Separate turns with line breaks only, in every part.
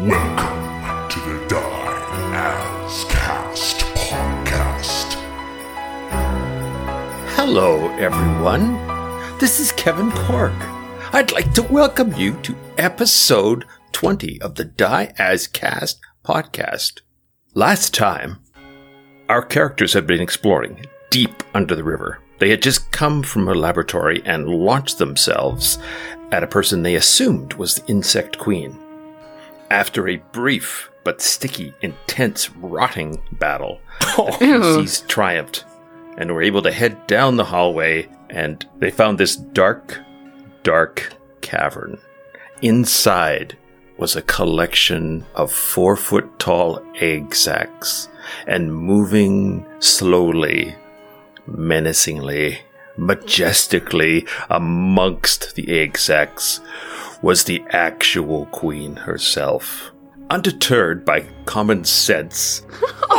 Welcome to the Die As Cast podcast.
Hello, everyone. This is Kevin Clark. I'd like to welcome you to episode 20 of the Die As Cast podcast. Last time, our characters had been exploring deep under the river. They had just come from a laboratory and launched themselves at a person they assumed was the insect queen. After a brief but sticky, intense rotting battle, the feces triumphed and were able to head down the hallway and they found this dark, dark cavern. Inside was a collection of four foot tall egg sacs and moving slowly, menacingly, majestically amongst the egg sacs was the actual queen herself. Undeterred by common sense,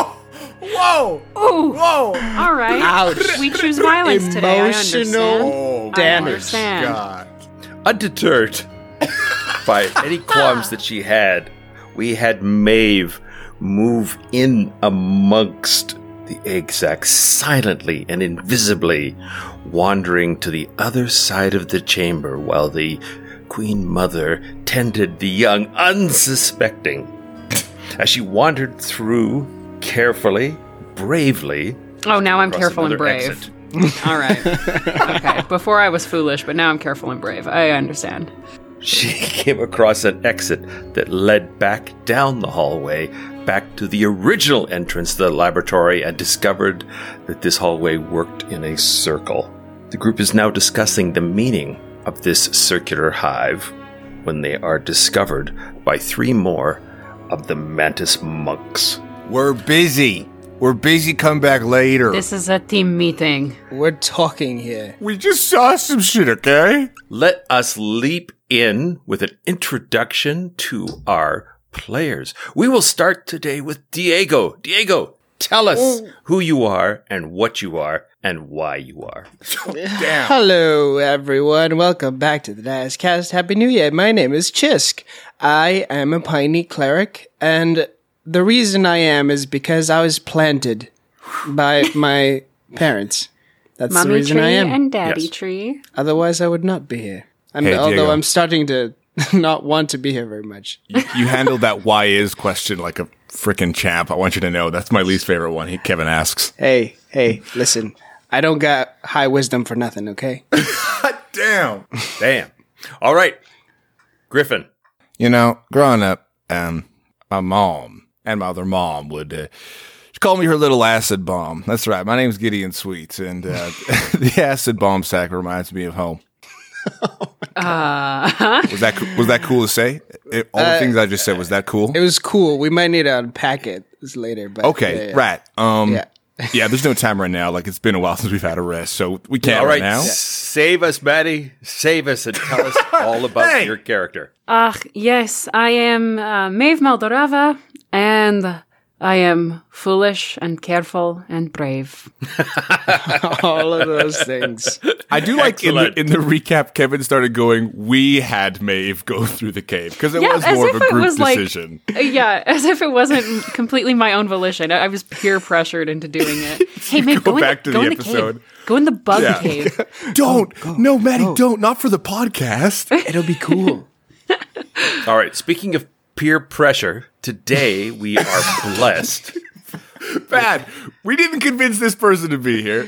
Whoa!
Ooh,
Whoa!
all right.
Ouch.
We choose violence today. I understand.
Oh,
I
Damage.
understand.
God.
undeterred by any qualms that she had, we had Maeve move in amongst the egg sac silently and invisibly, wandering to the other side of the chamber while the Queen Mother tended the young unsuspecting. As she wandered through carefully, bravely,
Oh, now I'm
across
careful and
another
brave.
exit.
All right. Okay. Before I was foolish, but now I'm careful and brave. I understand.
She came across an exit that led back down the hallway, back to the original entrance to the laboratory, and discovered that this hallway worked in a circle. The group is now discussing the meaning of this circular hive when they are discovered by three more of the mantis monks.
We're busy. We're busy. Come back later.
This is a team meeting.
We're talking here.
we just saw some shit, okay?
Let us leap in with an introduction to our players. We will start today with Diego. Diego, tell us who you are and what you are and why you are.
Hello, everyone. Welcome back to the Dias Cast. Happy New Year. My name is Chisk. I am a piney cleric, and the reason I am is because I was planted by my parents. That's the
Mommy
reason
tree
I am.
and daddy
Yes.
tree.
Otherwise, I would not be here. I'm,
Hey,
although
Diego.
I'm starting to not want to be here very much.
You, you handled that why is question like a freaking champ. I want you to know that's my least favorite one. He, Kevin asks.
Hey, hey, listen. I don't got high wisdom for nothing, okay?
Damn.
Damn. All right. Griffin.
You know, growing up, um, my mom and my other mom would uh, she called me her little acid bomb. That's right. My name's Gideon Sweets, and uh, the acid bomb sack reminds me of home.
Uh,
Was that co- was that cool to say? It- all the things I just said was that cool?
It was cool. We might need to unpack it later, but
Okay,
yeah, yeah.
right. Um,
Yeah.
yeah. there's no time right now. Like it's been a while since we've had a rest, so we can't
All
right,
right.
now.
s- Save us, Maddie. Save us and tell us all about
Hey!
your character.
ach, yes, I am uh, Maeve Maldorava, and I am foolish and careful and brave.
all of those things.
I do like in
Excellent.
the, in the recap, Kevin started going. We had Maeve go through the cave because it
Yeah,
was
as
more of a
if it
group
was, like-
decision.
Uh, yeah, as if it wasn't completely my own volition. I, I was peer pressured into doing it. Hey, Maeve,
go
in
back to
go
the
in
episode.
The cave. Go in the bug
Yeah.
cave.
don't,
Oh,
no, Maddie, don't, not for the podcast.
It'll be cool.
All right. Speaking of peer pressure, today we are blessed.
Bad. We didn't convince this person to be here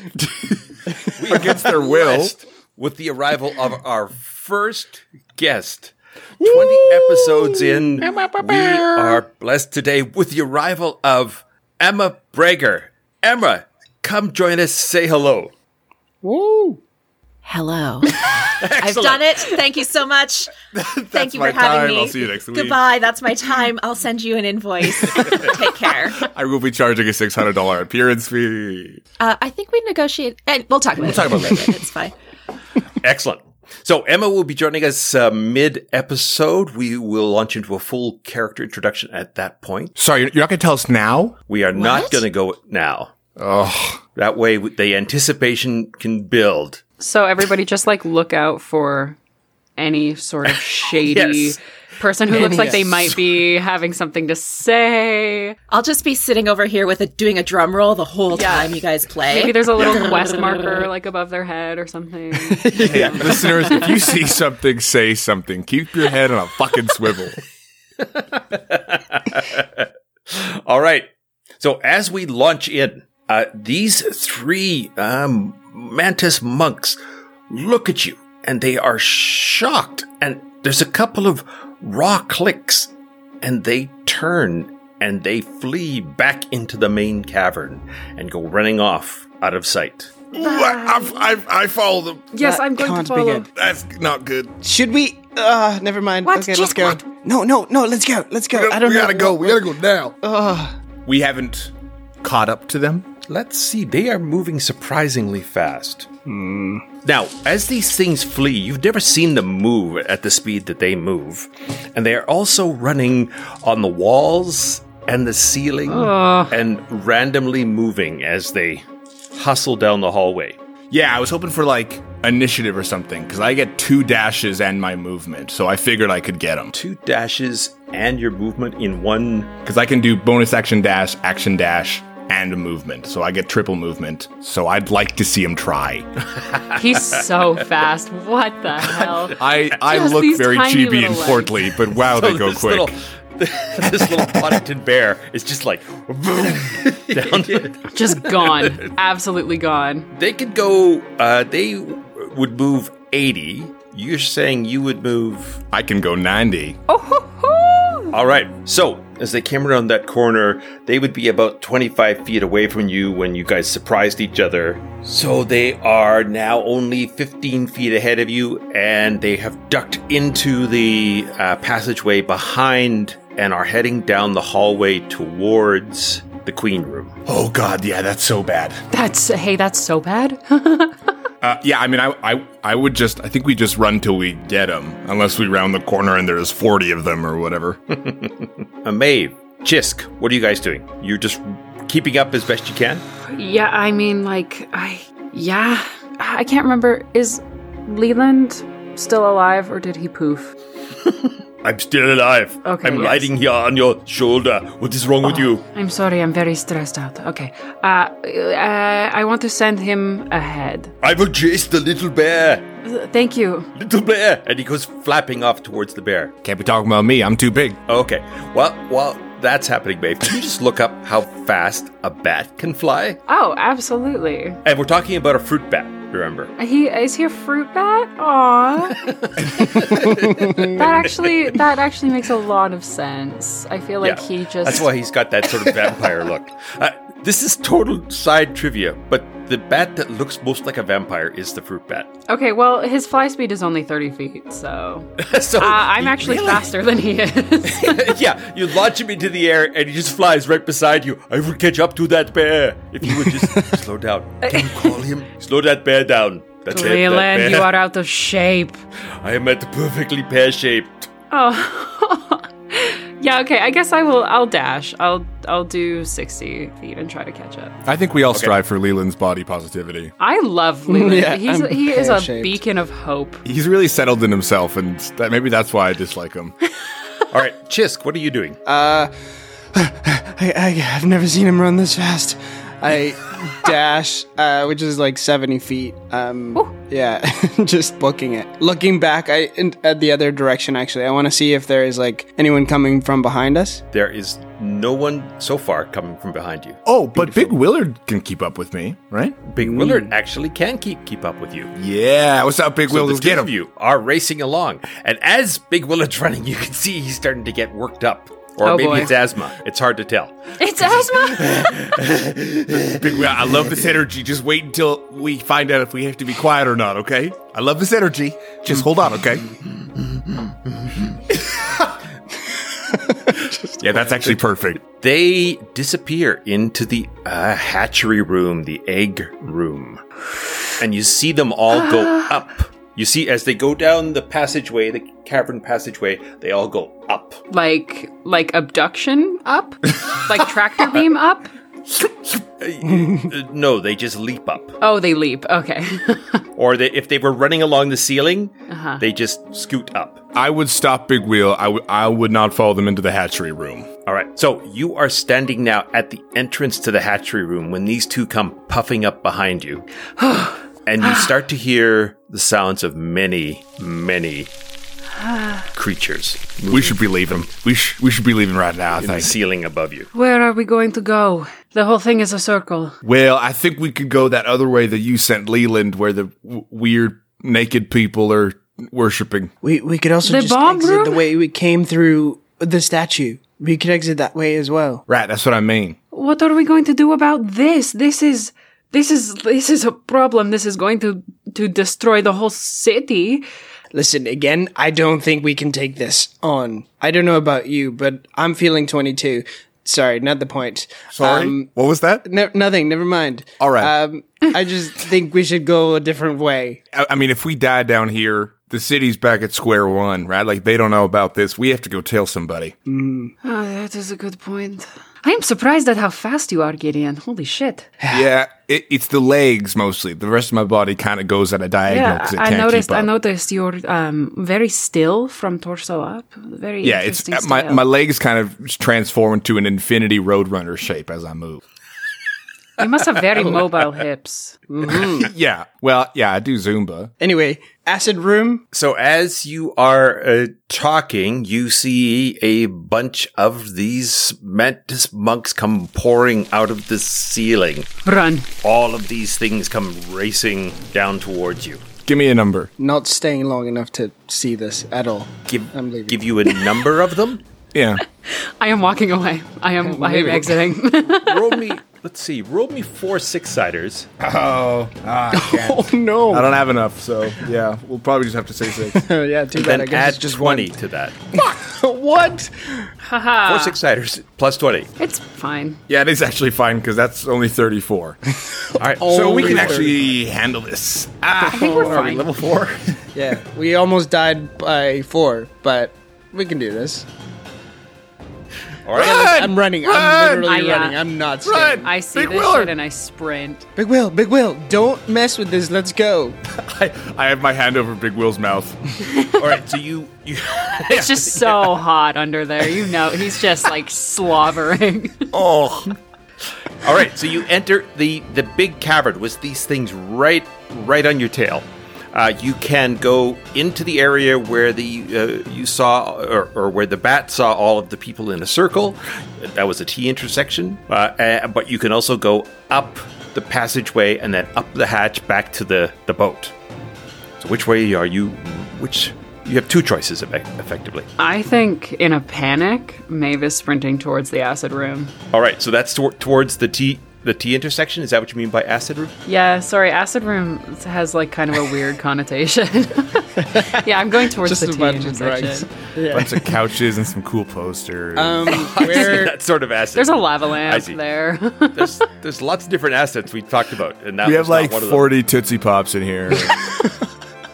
against their will.
blessed with the arrival of our first guest. 20 episodes in, we are blessed today with the arrival of Emma Brager. Emma, come join us, say hello.
Woo!
Hello. I've done it. Thank you so much. Thank you
my
for having
time.
me.
I'll see you next week.
Goodbye. That's my time. I'll send you an invoice. Take care.
I will be charging a six hundred dollar appearance fee.
Uh, I think we negotiate, and we'll talk about it.
talk about it
It's fine.
Excellent. So Emma will be joining us uh, mid episode. We will launch into a full character introduction at that point.
Sorry, you're not going to tell us now.
We are not
What?
going to go now.
Oh,
That way the anticipation can build.
So everybody just like look out for any sort of shady
Yes.
person who looks like they might be having something to say.
I'll just be sitting over here with it doing a drum roll the whole time you guys play.
Maybe there's a little quest marker like above their head or something.
Yeah. Listeners, if you see something, say something. Keep your head on a fucking swivel.
All right. So as we launch in, uh, these three um, mantis monks look at you and they are shocked. And there's a couple of raw clicks and they turn and they flee back into the main cavern and go running off out of sight.
Ooh, I, I, I, I follow them.
yes,
That
I'm going to
can't be
follow.
good.
That's not good.
Should we? Uh, never mind.
What?
Okay, let's
Just
go.
what?
No, no, no. Let's go. Let's go. I don't
we
know.
gotta go. We gotta go now.
Ugh.
We haven't caught up to them.
Let's see, they are moving surprisingly fast. Now, as these things flee, you've never seen them move at the speed that they move. And they are also running on the walls and the ceiling and randomly moving as they hustle down the hallway.
Yeah, I was hoping for like initiative or something because I get two dashes and my movement, so I figured I could get them
Two dashes and your movement in one.
because I can do bonus action dash, action dash, and movement, so I get triple movement. So I'd like to see him try.
He's so fast. What the hell?
I I
Just
look
these
very
tiny
chibi
little
and
legs.
portly, but wow, they go
Oh, this
quick.
Little, this little Poddington bear is just like down
Just gone. Absolutely gone.
They could go. Uh, they would move eighty. You're saying you would move.
I can go ninety.
Oh, hoo, hoo.
All right. So as they came around that corner, they would be about twenty-five feet away from you when you guys surprised each other. So they are now only fifteen feet ahead of you, and they have ducked into the uh, passageway behind and are heading down the hallway towards the queen room.
Oh god, yeah, that's so bad.
That's hey, that's so bad.
Uh, yeah, I mean, I, I I would just I think we just run till we get them, unless we round the corner and there's forty of them or whatever.
Uh, Maeve, Chisk, what are you guys doing? You're just keeping up as best you can.
yeah, I mean, like I, yeah, I can't remember. Is Leland still alive or did he poof?
I'm still alive.
Okay,
I'm
yes. Ah.
riding here on your shoulder. What is wrong with you?
I'm sorry, I'm very stressed out. Okay, uh, uh, I want to send him ahead.
I will chase the little bear.
Thank you.
Little bear. And he goes flapping off towards the bear.
Can't be talking about me. I'm too big.
Okay. Well, while that's happening, babe. Can you just look up how fast a bat can fly?
Oh, absolutely.
And we're talking about a fruit bat, remember?
He is he a fruit bat? Aww. that actually that actually makes a lot of sense. I feel like he just
That's why he's got that sort of vampire look. Uh, this is total side trivia, but the bat that looks most like a vampire is the fruit bat.
Okay, well his fly speed is only thirty feet, so uh,
so
I'm actually faster than he is.
yeah, you launch him into the air and he just flies right beside you. I would catch up to that bear if you would just slow down. Can you call him? Slow that bear down. That's it. That
Leland,
bear.
you are out of shape.
I am at perfectly pear shaped.
Oh. yeah. Okay. I guess I will. I'll dash. I'll I'll do sixty feet and try to catch up.
I think we all strive for Leland's body positivity.
I love Leland.
Yeah,
He's
I'm
he is a
pear-shaped.
beacon of hope.
He's really settled in himself, and that, maybe that's why I dislike him.
All right, Uh, Chisk, what are you doing?
I, I have never seen him run this fast. I dash, uh, which is like seventy feet. Um, yeah, just looking at looking back. I in, at the other direction actually. I want to see if there is like anyone coming from behind us.
there is no one so far coming from behind you.
Oh, but Big Willard can keep up with me, right?
Big Willard actually can keep keep up with you.
Yeah. What's up, Big
So the
Willard?
two of you are racing along, and as Big Willard's running, you can see he's starting to get worked up. Or
Oh,
maybe
boy.
it's asthma. It's hard to tell.
It's asthma.
Big Will- I love this energy. Just wait until we find out if we have to be quiet or not. Okay. I love this energy. Just hold on. Okay. yeah, that's actually perfect.
They disappear into the uh, hatchery room, the egg room. And you see them all go up. You see, as they go down the passageway, the cavern passageway, they all go up.
like like abduction up, like tractor beam up.
Uh, no, they just leap up.
Oh, they leap. Okay.
or they, if they were running along the ceiling, they just scoot up.
I would stop Big Wheel. I, w- I would not follow them into the hatchery room.
All right. So you are standing now at the entrance to the hatchery room when these two come puffing up behind you. and you start to hear the sounds of many, many creatures
We should be leaving. We, sh- we should be leaving right now, I
in the
think.
ceiling above you.
Where are we going to go? The whole thing is a circle.
Well, I think we could go that other way that you sent Leland, where the w- weird naked people are worshiping.
We we could also
The
just
bomb
exit
room?
the way we came through the statue. We could exit that way as well.
Right, that's what I mean.
What are we going to do about this? This is this is this is a problem. This is going to to destroy the whole city.
Listen, again, I don't think we can take this on. I don't know about you, but I'm feeling 22. Sorry, not the point. Um,
Sorry, Um, what was that?
No, nothing. Never mind.
All right.
Um, I just think we should go a different way.
I, I mean, if we die down here, the city's back at square one, right? Like they don't know about this. We have to go tell somebody.
Oh, that is a good point. I am surprised at how fast you are, Gideon. Holy shit!
yeah, it, it's the legs mostly. The rest of my body kind of goes at a diagonal
Yeah,
because it
I
can't
noticed.
keep up.
I noticed you're um, very still from torso up. Very
yeah, it's uh,
Interesting
my
style.
my legs kind of transform into an infinity roadrunner shape as I move.
You must have very mobile hips.
yeah, well, yeah, I do Zumba.
Anyway, acid room.
So as you are uh, talking, you see a bunch of these mantis monks come pouring out of the ceiling.
Run.
All of these things come racing down towards you.
Give me a number.
Not staying long enough to see this at all.
Give,
I'm leaving.
give you a number of them.
Yeah.
I am walking away. I am. I am exiting.
roll me. Let's see. Roll me four six siders.
Oh,
Oh no!
I don't have enough, so yeah, we'll probably just have to say six.
Oh, yeah, too bad. I
Then
guess
add
it's just
twenty to that.
One. what?
Four six siders plus twenty.
it's fine.
yeah, it is actually fine because that's only thirty-four.
All right.
so
Only
we can
34.
actually handle this.
I think we're fine.
level four.
Yeah, we almost died by four, but we can do this.
All right.
I'm running. I'm literally
I, uh,
running. I'm not staying.
I see
Big
this
Willard.
shit and I sprint.
Big Will, Big Will, don't mess with this. Let's go.
I, I have my hand over Big Will's mouth.
All right. So you you
It's just so hot under there. You know, he's just like slobbering.
Oh. All right, so you enter the the big cavern with these things right right on your tail. Uh, you can go into the area where the uh, you saw or, or where the bat saw all of the people in a circle. That was a T intersection, uh, uh, but you can also go up the passageway and then up the hatch back to the the boat. So which way are you? Which you have two choices effect- effectively.
I think in a panic, Maeve is sprinting towards the acid room.
All right, so that's tor- towards the T the T intersection. Is that what you mean by acid room?
Yeah, sorry, acid room has like kind of a weird connotation. yeah, I'm going towards
Just
the
a
T
bunch of
intersection.
drugs.
Bunch of couches and some cool posters.
Um, where?
that sort of acid.
There's a lava lamp
see.
there.
There's, there's lots of different assets we've talked about, and that
we
was
have
not
like
one of them.
forty Tootsie Pops in here.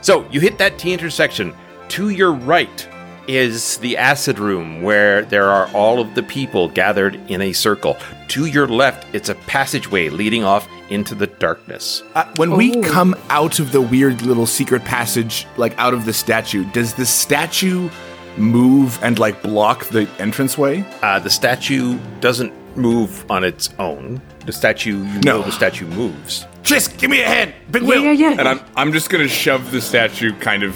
So you hit that T intersection. To your right is the acid room where there are all of the people gathered in a circle. To your left, it's a passageway leading off into the darkness.
Uh, when we come out of the weird little secret passage, like out of the statue, does the statue move and like block the entranceway?
Uh, the statue doesn't move on its own. The statue, you
No.
know, the statue moves.
Just give me a hand, Big Will.
yeah, yeah.
And I'm I'm just gonna shove the statue kind of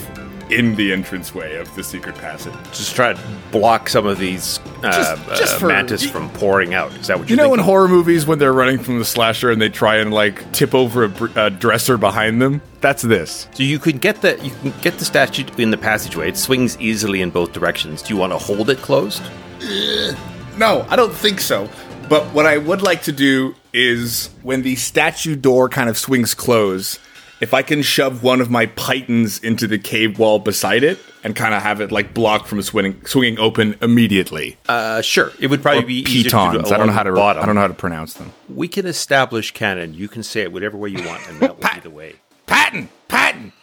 in the entranceway of the secret passage.
Just try to block some of these uh,
Just- just
uh,
for-
mantis from pouring out. Is that what
You
you're
know, in
thinking?
horror movies, when they're running from the slasher and they try and like tip over a, br- a dresser behind them, that's this.
So you can get the you can get the statue in the passageway. It swings easily in both directions. Do you want to hold it closed?
No, I don't think so. But what I would like to do is
When the statue door kind of swings close,
if I can shove one of my pythons into the cave wall beside it and kind of have it like blocked from swinging swinging open immediately.
Uh, sure. It would probably
or
be easier to do
pitons.
it
I don't know
along
how to.
the bottom.
I don't know how to pronounce them.
We can establish canon. You can say it whatever way you want, and that will be the way.
Patton, Patton.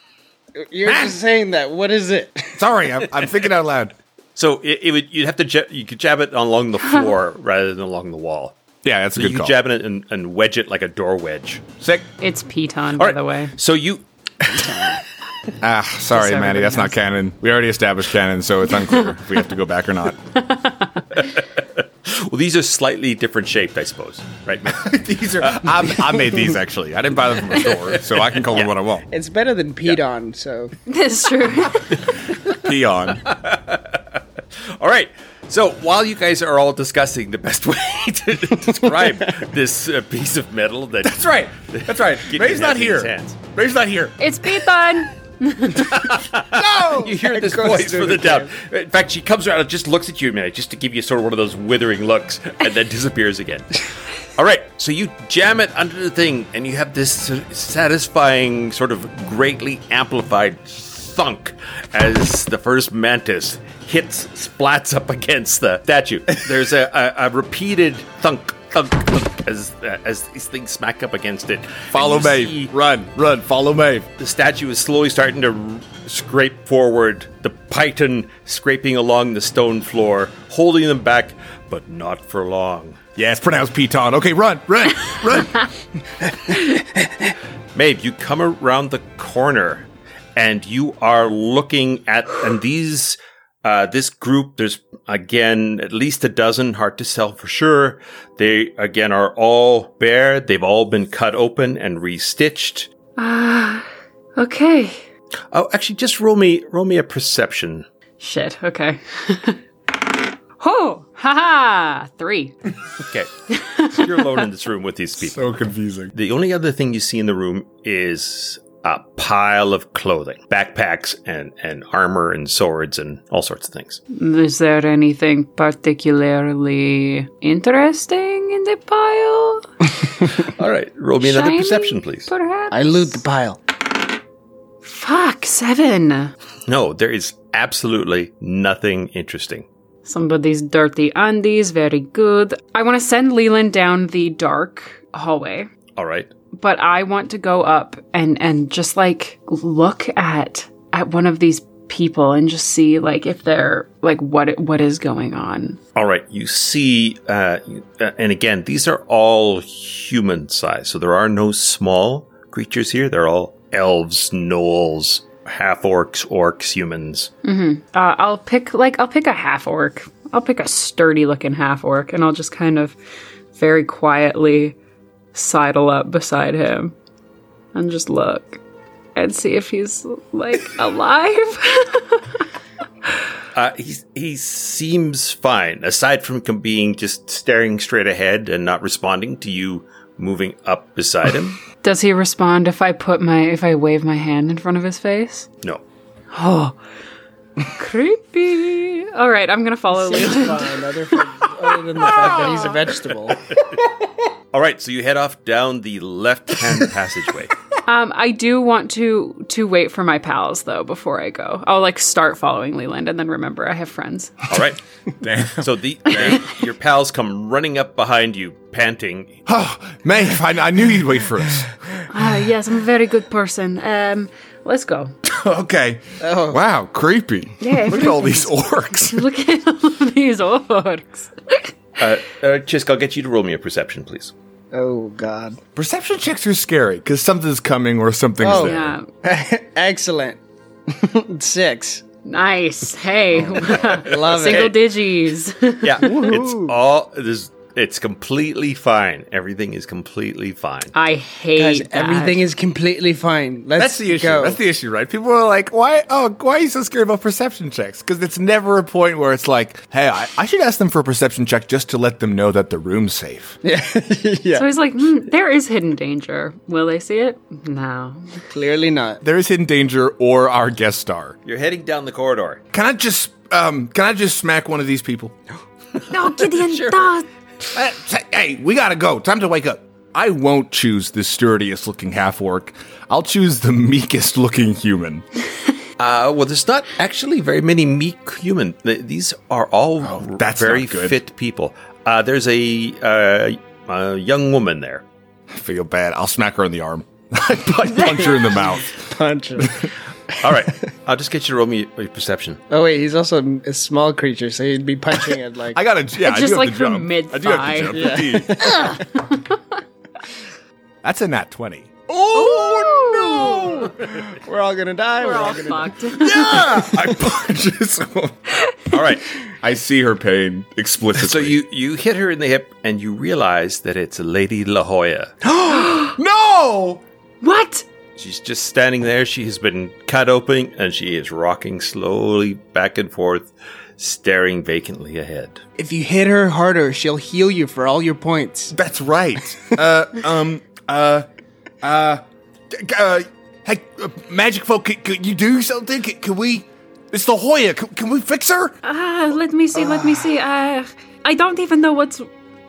You're just saying that. What is it?
Sorry, I'm, I'm thinking out loud.
So it, it would you'd have to ja- you could jab it along the floor rather than along the wall.
Yeah, that's a
So
good
you
call.
could jab it and, and wedge it like a door wedge.
Sick.
it's Piton,
All
by
right.
the way.
So you
Ah, sorry,
Just
Maddie, that's not canon. We already established canon, so it's unclear if we have to go back or not.
Well, these are slightly different shaped, I suppose, right? Matt?
these are I, Uh, I made these actually. I didn't buy them from the store, so I can call them what I want.
It's better than peed on, so
That's true.
Peon.
all right. So while you guys are all discussing the best way to describe this uh, piece of metal, that
That's right. That's right.
Get your
Ray's not
hands in his
here.
hands.
Ray's not here.
it's Python.
you hear this
goes
voice
through
from the
the
down. In fact, she comes around and just looks at you a minute, just to give you sort of one of those withering looks, and then disappears again. All right, so you jam it under the thing, and you have this s- satisfying, sort of greatly amplified thunk as the first mantis hits, splats up against the statue. There's a, a, a repeated thunk, thunk, thunk as, uh, as these things smack up against it.
Follow
And you
Maeve.
see-
Run, run, follow Maeve.
the statue is slowly starting to r- scrape forward, the python scraping along the stone floor, holding them back, but not for long.
Yeah, it's pronounced Peton. Okay, run, run, run.
Mabe, you come around the corner and you are looking at and these uh, this group there's again at least a dozen hard to sell for sure they again are all bare they've all been cut open and restitched
Okay.
oh actually just roll me roll me a perception
Shit. Okay. Ho! Haha! Three.
okay you're alone in this room with these people
So confusing.
The only other thing you see in the room is a pile of clothing, backpacks and, and armor and swords and all sorts of things.
Is there anything particularly interesting in the pile?
All right, roll me another
Shiny,
perception, please.
Perhaps.
I loot the pile.
Fuck seven.
No, there is absolutely nothing interesting.
Somebody's dirty undies. Very good. I want to send Leland down the dark hallway.
All right.
but I want to go up and and just like look at at one of these people and just see like if they're like what what is going on.
All right, you see, uh, you- uh, and again, these are all human size, so there are no small creatures here. They're all elves, gnolls, half orcs, orcs, humans.
Uh, I'll pick like I'll pick a half orc. I'll pick a sturdy looking half orc and I'll just kind of very quietly sidle up beside him and just look and see if he's like alive.
Uh, he's, he seems fine, aside from com- being just staring straight ahead and not responding to you moving up beside him.
Does he respond if I put my if I wave my hand in front of his face?
No.
Oh, creepy. All right, I'm gonna follow Leland.
Fine, other, for, other than the fact that he's a vegetable.
All right, so you head off down the left hand passageway.
Um, I do want to to wait for my pals though before I go. I'll like start following Leland and then remember I have friends.
All right.
Damn.
So the, the- your pals come running up behind you, panting.
Oh, Maeve, I, I knew you'd wait for us.
Ah, yes, I'm a very good person. Um, let's go.
okay.
Oh.
Wow, creepy.
Yeah,
Look at all these orcs.
Look at all these orcs.
Uh, uh, Chisk, I'll get you to roll me a perception, please.
Oh God!
Perception checks are scary because something's coming or something's
Oh.
there.
Yeah,
Excellent. Six.
nice. Hey,
Love
single
it.
digis.
Yeah, it's all this. It's completely fine. Everything is completely fine.
I hate
Guys,
that.
everything is completely fine. Let's
That's the issue.
go.
That's the issue, right? People are like, "Why? Oh, why are you so scared about perception checks?" Because it's never a point where it's like, "Hey, I, I should ask them for a perception check just to let them know that the room's safe."
So he's like, hmm, there is hidden danger. Will they see it? No.
Clearly not.
There is hidden danger or our guest star.
You're heading down the corridor.
Can I just, um, can I just smack one of these people?
No, Gideon,
Sure.
duh.
Uh, say, hey, we gotta go. Time to wake up. I won't choose the sturdiest looking half orc. I'll choose the meekest looking human.
Uh, well, there's not actually very many meek human. th- These are all
that's
very
not good.
fit people. Uh, there's a, uh, a young woman there.
I feel bad. I'll smack her in the arm. I punch her in the mouth.
Punch him.
All right, I'll just get you to roll me a perception.
oh wait, he's also a small creature, so he'd be punching it like.
I gotta, yeah, I
just
do
like
have to
from
jump. I do
mid-thigh.
have to jump. indeed. That's a nat 20.
Oh
We're all gonna die. We're,
We're
all
all
gonna
fucked.
I punch her someone. All right. I see her pain explicitly.
So you, you hit her in the hip and you realize that it's Lady La Jolla.
no.
what?
She's just standing there. She has been cut open and she is rocking slowly back and forth, staring vacantly ahead.
If you hit her harder, she'll heal you for all your points.
That's right. uh, um. Uh. Uh. g- g- uh hey, uh, magic folk, could, could you do something? Could, could we? It's the Hoya. Can, can we fix her?
Ah, let me see. Let me see. Uh, I don't even know what's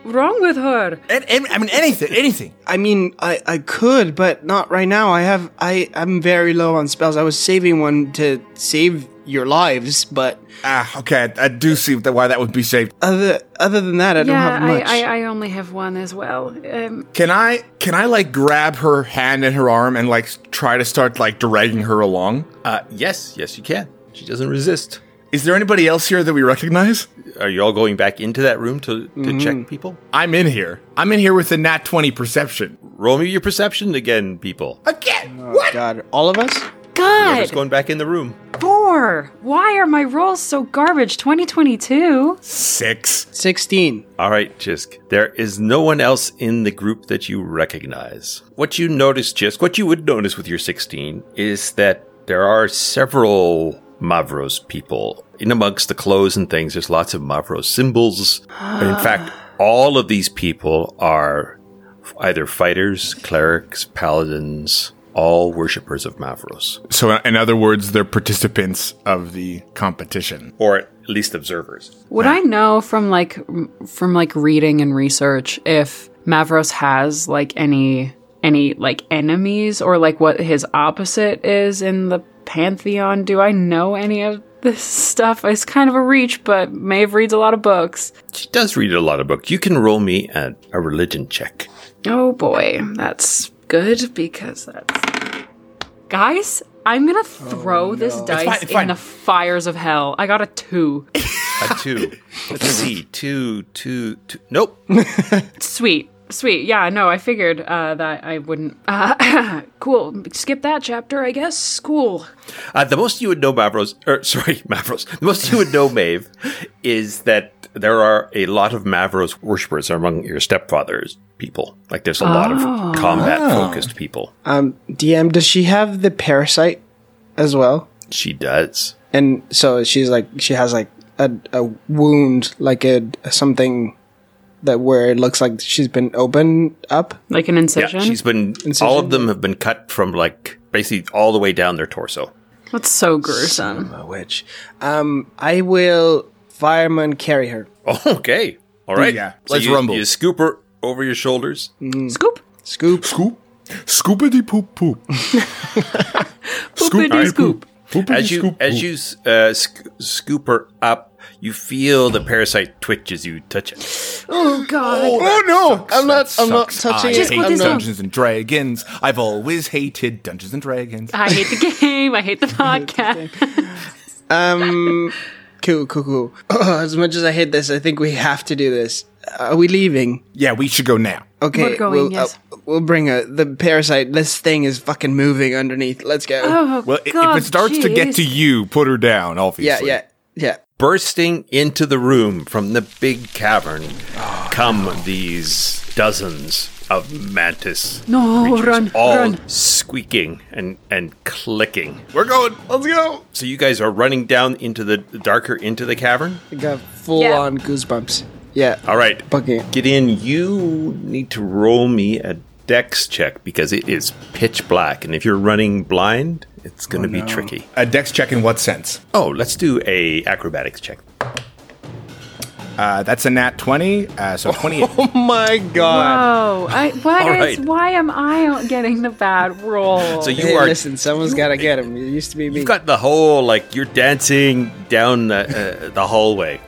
wrong with her.
And, and, I mean, anything, anything.
I mean, I, I could, but not right now. I have I I'm very low on spells. I was saving one to save your lives, but
Ah, okay. I, I do see that, why that would be saved.
other other than that, I don't
yeah,
have much.
I, I, I only have one as well. Um,
Can I? Can I like grab her hand and her arm and like s- try to start like dragging her along?
Uh, yes, yes, you can. She doesn't resist.
Is there anybody else here that we recognize?
Are you all going back into that room to, to check people?
I'm in here. I'm in here with the nat 20 perception.
Roll me your perception again, people.
Again? what?
God, all of us?
Whoever's
God,
going back in the room.
four. Why are my rolls so garbage? 2022.
Six.
16.
All right, Jisk. There is no one else in the group that you recognize. What you notice, Jisk, what you would notice with your 16 is that there are several Mavros people. In amongst the clothes and things, there's lots of Mavros symbols. But in fact, all of these people are either fighters, clerics, paladins, all worshippers of Mavros,
So, in other words, they're participants of the competition.
or at least observers.
Would I know from like m- from like reading and research if Mavros has like any any like enemies or like what his opposite is in the pantheon? Do I know any of this stuff? It's kind of a reach, but Maeve reads a lot of books.
She does read a lot of books. You can roll me at a religion check.
Oh boy, that's good because that's guys. I'm gonna throw this dice
fine, it's fine.
in the fires of hell. I got a two.
A two. Let's see. Two, two, two. Nope.
Sweet. Sweet. Yeah, no, I figured uh, that I wouldn't. Uh, cool. Skip that chapter, I guess. Cool.
Uh, the most you would know, Mavros, or sorry, Mavros, the most you would know, Maeve, is that there are a lot of Mavros worshippers among your stepfather's people. Like there's a lot of combat focused people.
Um, DM, does she have the parasite as well?
She does.
And so she's like, she has like a, a wound, like a something that where it looks like she's been opened up.
Like an incision.
Yeah, she's been, all of them have been cut from like basically all the way down their torso.
that's so gruesome.
A witch. Um, I will fireman carry her.
Okay. All right.
Yeah.
So
Let's
you-
rumble.
You scoop her over your shoulders.
Scoop.
Scoop.
Scoop. Scoopity poop poop.
Poopity scoop.
as you as you uh, sc- scoop her up, you feel the parasite twitch as you touch it.
Oh god.
Oh no! I'm not.
I'm not touching
I
it.
Just
hate
put this on.
Dungeons and Dragons. I've always hated Dungeons and Dragons.
I hate the game. I hate the podcast.
Um, cool, cool, cool. as much as I hate this, I think we have to do this. Are we leaving?
Yeah, we should go now.
Okay,
We're going,
we'll, uh,
yes.
we'll bring a, the parasite. This thing is fucking moving underneath. Let's go.
Oh,
Well, i-
God,
if it starts to get
jeez.
to you, put her down.
yeah,
Obviously.
yeah, yeah.
Bursting into the room from the big cavern come these dozens of mantis.
No, run,
all
run.
squeaking and and clicking.
We're going. Let's go.
So you guys are running down into the darker into the cavern.
I got full
Yeah.
on goosebumps. Yeah.
All right,
Fucking-
get in. You need to roll me a dex check because it is pitch black, and if you're running blind, it's going to be tricky.
A Uh, dex check in what sense?
Oh, let's do a acrobatics check.
Uh, that's a nat 20, uh, so 28.
Oh my god.
Oh, I, what
All
is-
right.
Why am I getting the bad roll?
So you
Hey,
are
listen, someone's got to get him. It used to be me.
you've got the whole like you're dancing down the, uh, the hallway.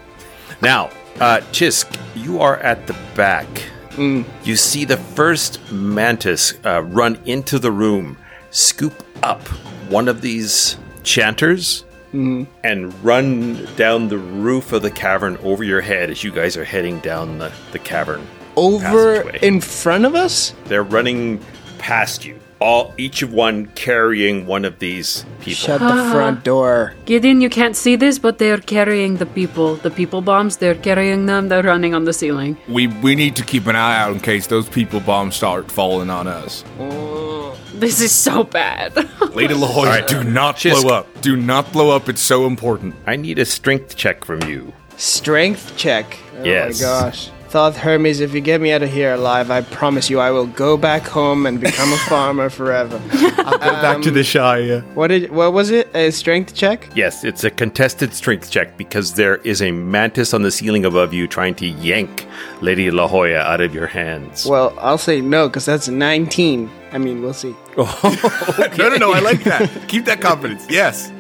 Now, uh, Chisk, you are at the back.
Mm.
You see the first mantis uh, run into the room, scoop up one of these chanters,
Mm-hmm.
and run down the roof of the cavern over your head as you guys are heading down the, the cavern.
Over
passageway.
in front of us?
They're running past you. all each of one carrying one of these people.
Shut the front door.
Gideon, you can't see this, but they're carrying the people. The people bombs, they're carrying them, they're running on the ceiling.
We we need to keep an eye out in case those people bombs start falling on us.
This is so bad.
Lady La Jolla, do not
Just-
blow up. Do not blow up. It's so important.
I need a strength check from you.
Strength check. Oh
Yes.
my gosh. Thoth Hermes, if you get me out of here alive, I promise you I will go back home and become a farmer forever.
Back to
Um,
the Shire.
What did? What was it? A strength check?
Yes, it's a contested strength check because there is a mantis on the ceiling above you trying to yank Lady La Jolla out of your hands.
Well, I'll say no because that's 19. I mean, we'll see.
No, no, no. I like that. keep that confidence. Yes.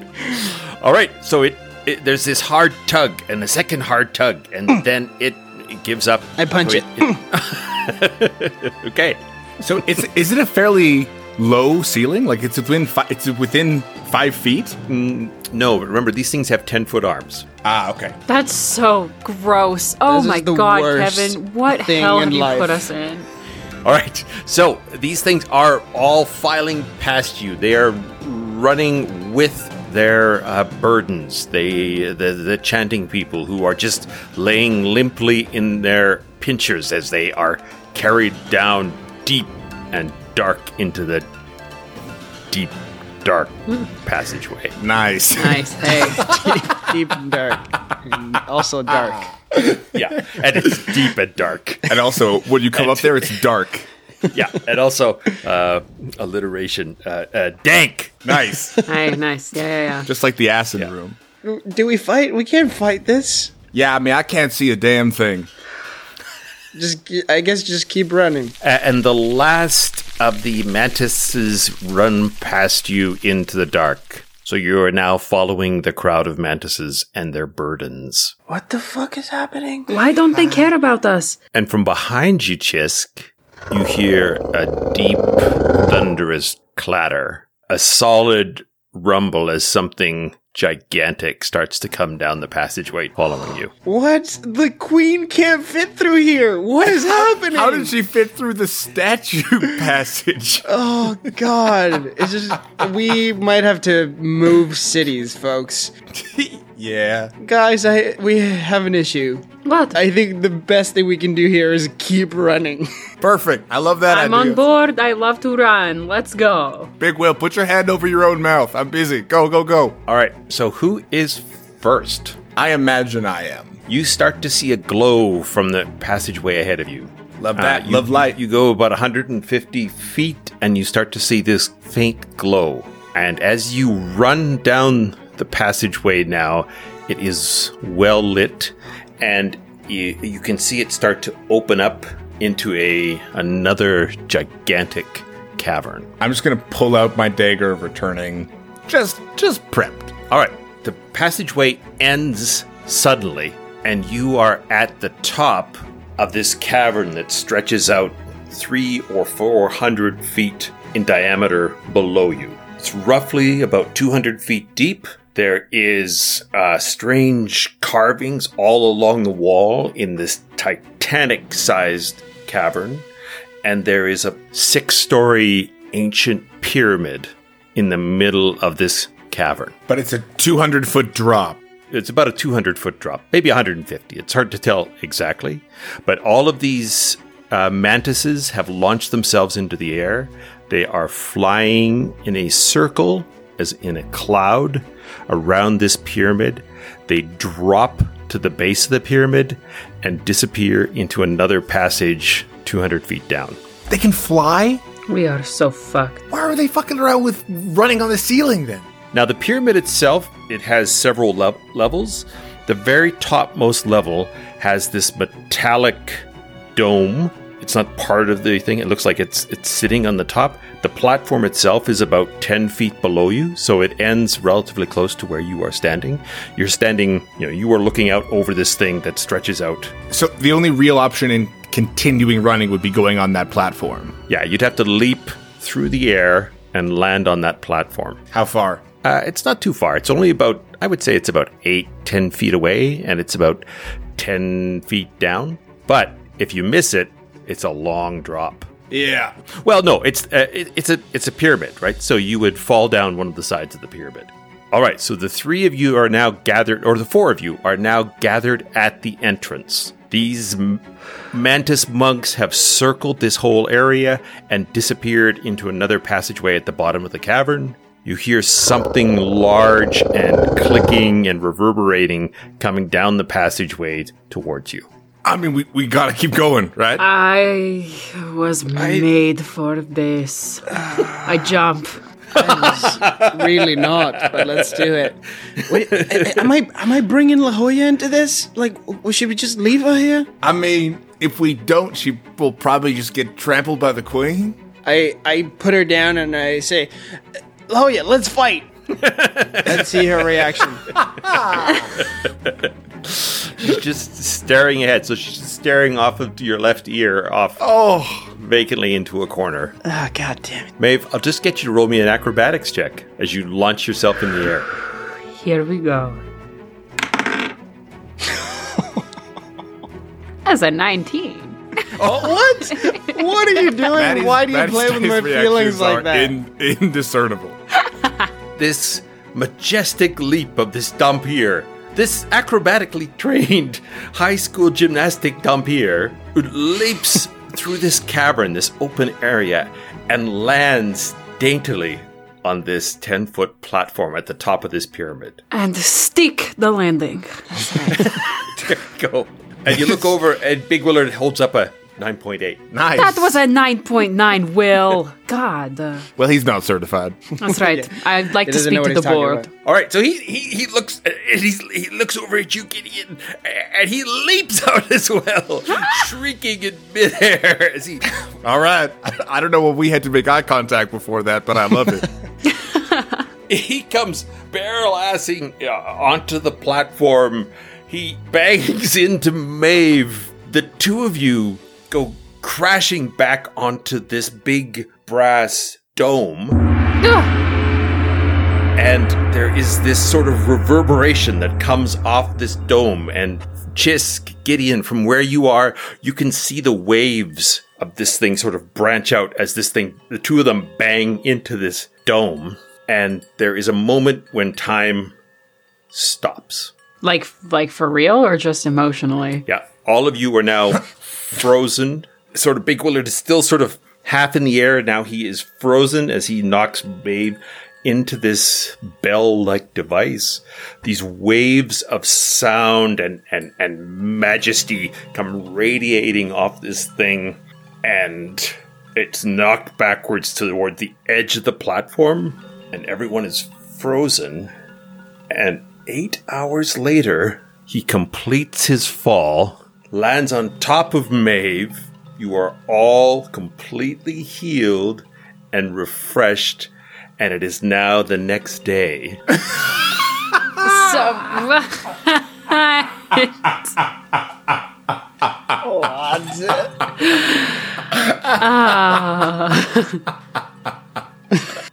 All right, so it, it there's this hard tug and a second hard tug, and then it, it gives up.
Mm. I punch
So
it.
okay,
So it's is it a fairly low ceiling? Like it's within fi- it's within five feet.
no, but remember these things have ten foot arms.
Ah, okay.
That's so gross. Oh
This is
my
the
god,
worst
Kevin, what
thing
hell
in
have you
life.
put us in?
All right, so these things are all filing past you. They are running with their uh, burdens. They the the chanting people who are just laying limply in their pinchers as they are carried down deep and dark into the deep dark passageway.
Nice.
Nice, hey.
Deep and dark. And also dark.
Yeah, and it's deep and dark.
and also, when you come up there, it's dark.
Yeah, and also uh, alliteration. Uh, uh, dank.
Nice.
hey, nice. Yeah, yeah, yeah.
Just like the acid room.
Do we fight? We can't fight this.
Yeah, I mean, I can't see a damn thing.
Just, ge- I guess, just keep running.
A- and the last of the mantises run past you into the dark. So you are now following the crowd of mantises and their burdens.
What the fuck is happening?
Why don't they care about us?
And from behind you, Chisk, you hear a deep, thunderous clatter, a solid rumble as something gigantic starts to come down the passageway following you.
What? The queen can't fit through here. What is happening?
How did she fit through the statue passage?
Oh God! It's just we might have to move cities, folks.
yeah.
Guys, I we have an issue.
What?
I think the best thing we can do here is keep running.
Perfect. I love that
I'm
idea.
on board. I love to run. Let's go.
Big Will, put your hand over your own mouth. I'm busy. Go, go, go.
All right, so who is first?
I imagine I am.
You start to see a glow from the passageway ahead of you. Uh,
Love that.
you-
Love light.
You go about 150 feet and you start to see this faint glow. And as you run down the passageway now, it is well lit and you, you can see it start to open up into a another gigantic cavern.
I'm just gonna pull out my dagger of returning. Just, just prepped.
All right, the passageway ends suddenly, and you are at the top of this cavern that stretches out three or four hundred feet in diameter below you. It's roughly about 200 feet deep. There is uh, strange carvings all along the wall in this titanic sized cavern and there is a six story ancient pyramid in the middle of this cavern.
But it's a 200 foot drop.
It's about a 200 foot drop, maybe 150. It's hard to tell exactly. But all of these uh, mantises have launched themselves into the air. They are flying in a circle, as in a cloud, around this pyramid. They drop to the base of the pyramid and disappear into another passage 200 feet down.
They can fly?
We are so fucked.
Why are they fucking around with running on the ceiling then?
Now, the pyramid itself, it has several lev- levels. The very topmost level has this metallic dome. It's not part of the thing. It looks like it's it's sitting on the top. The platform itself is about 10 feet below you, so it ends relatively close to where you are standing. You're standing, you know, you are looking out over this thing that stretches out.
So the only real option in continuing running would be going on that platform.
Yeah, you'd have to leap through the air and land on that platform.
How far?
Uh, it's not too far. It's only about, I would say it's about eight, 10 feet away, and it's about 10 feet down. But if you miss it, it's a long drop.
Yeah.
Well, no, it's uh, it, it's a it's a pyramid, right? So you would fall down one of the sides of the pyramid. All right, so the three of you are now gathered, or the four of you are now gathered at the entrance. These m- mantis monks have circled this whole area and disappeared into another passageway at the bottom of the cavern. You hear something large and clicking and reverberating coming down the passageway towards you.
I mean, we, we gotta keep going, right?
I was made for this. I jump.
really not, but let's do it. Wait, a- a- am I am I bringing La Jolla into this? Like, w- should we just leave her here?
I mean, if we don't, she will probably just get trampled by the queen.
I I put her down and I say, La Jolla, let's fight. let's see her reaction.
She's just staring ahead, so she's just staring off of your left ear, off
Oh,
vacantly into a corner.
Ah, god damn it.
Maeve, I'll just get you to roll me an acrobatics check as you launch yourself in the air.
Here we go. That's a 19.
What? What are you doing?
Oh, Maddie's-
Why do you play
Maddie's
with my
reactions
feelings
are
like that?
in- indiscernible.
This majestic leap of this dampier, this acrobatically trained high school gymnastic dampier, who leaps through this cavern, this open area, and lands daintily on this 10 foot platform at the top of this pyramid.
And stick the landing.
There you go. And you look over, and Big Willard holds up a 9.8.
Nice.
That was a 9.9, Will. God. uh,
well, he's not certified.
That's right. I'd like
He
to
doesn't
speak
know what
to the
he's talking
board.
about.
All right, so he he, he looks uh, he's, he looks over at you, Gideon, and he leaps out as well, shrieking in midair as he.
All right. I, I don't know when we had to make eye contact before that, but I love it.
he comes barrel assing uh, onto the platform. He bangs into Maeve. The two of you go crashing back onto this big brass dome,
Ugh.
and there is this sort of reverberation that comes off this dome. And Chisk, Gideon, from where you are, you can see the waves of this thing sort of branch out as this thing, the two of them bang into this dome. And there is a moment when time stops.
Like, like for real or just emotionally?
Yeah, all of you are now frozen. Sort of Big Willard is still sort of half in the air. Now he is frozen as he knocks Babe into this bell-like device. These waves of sound and and and majesty come radiating off this thing, and it's knocked backwards toward the edge of the platform, and everyone is frozen. And eight hours later, he completes his fall, lands on top of Maeve. You are all completely healed and refreshed, and it is now the next day.
So,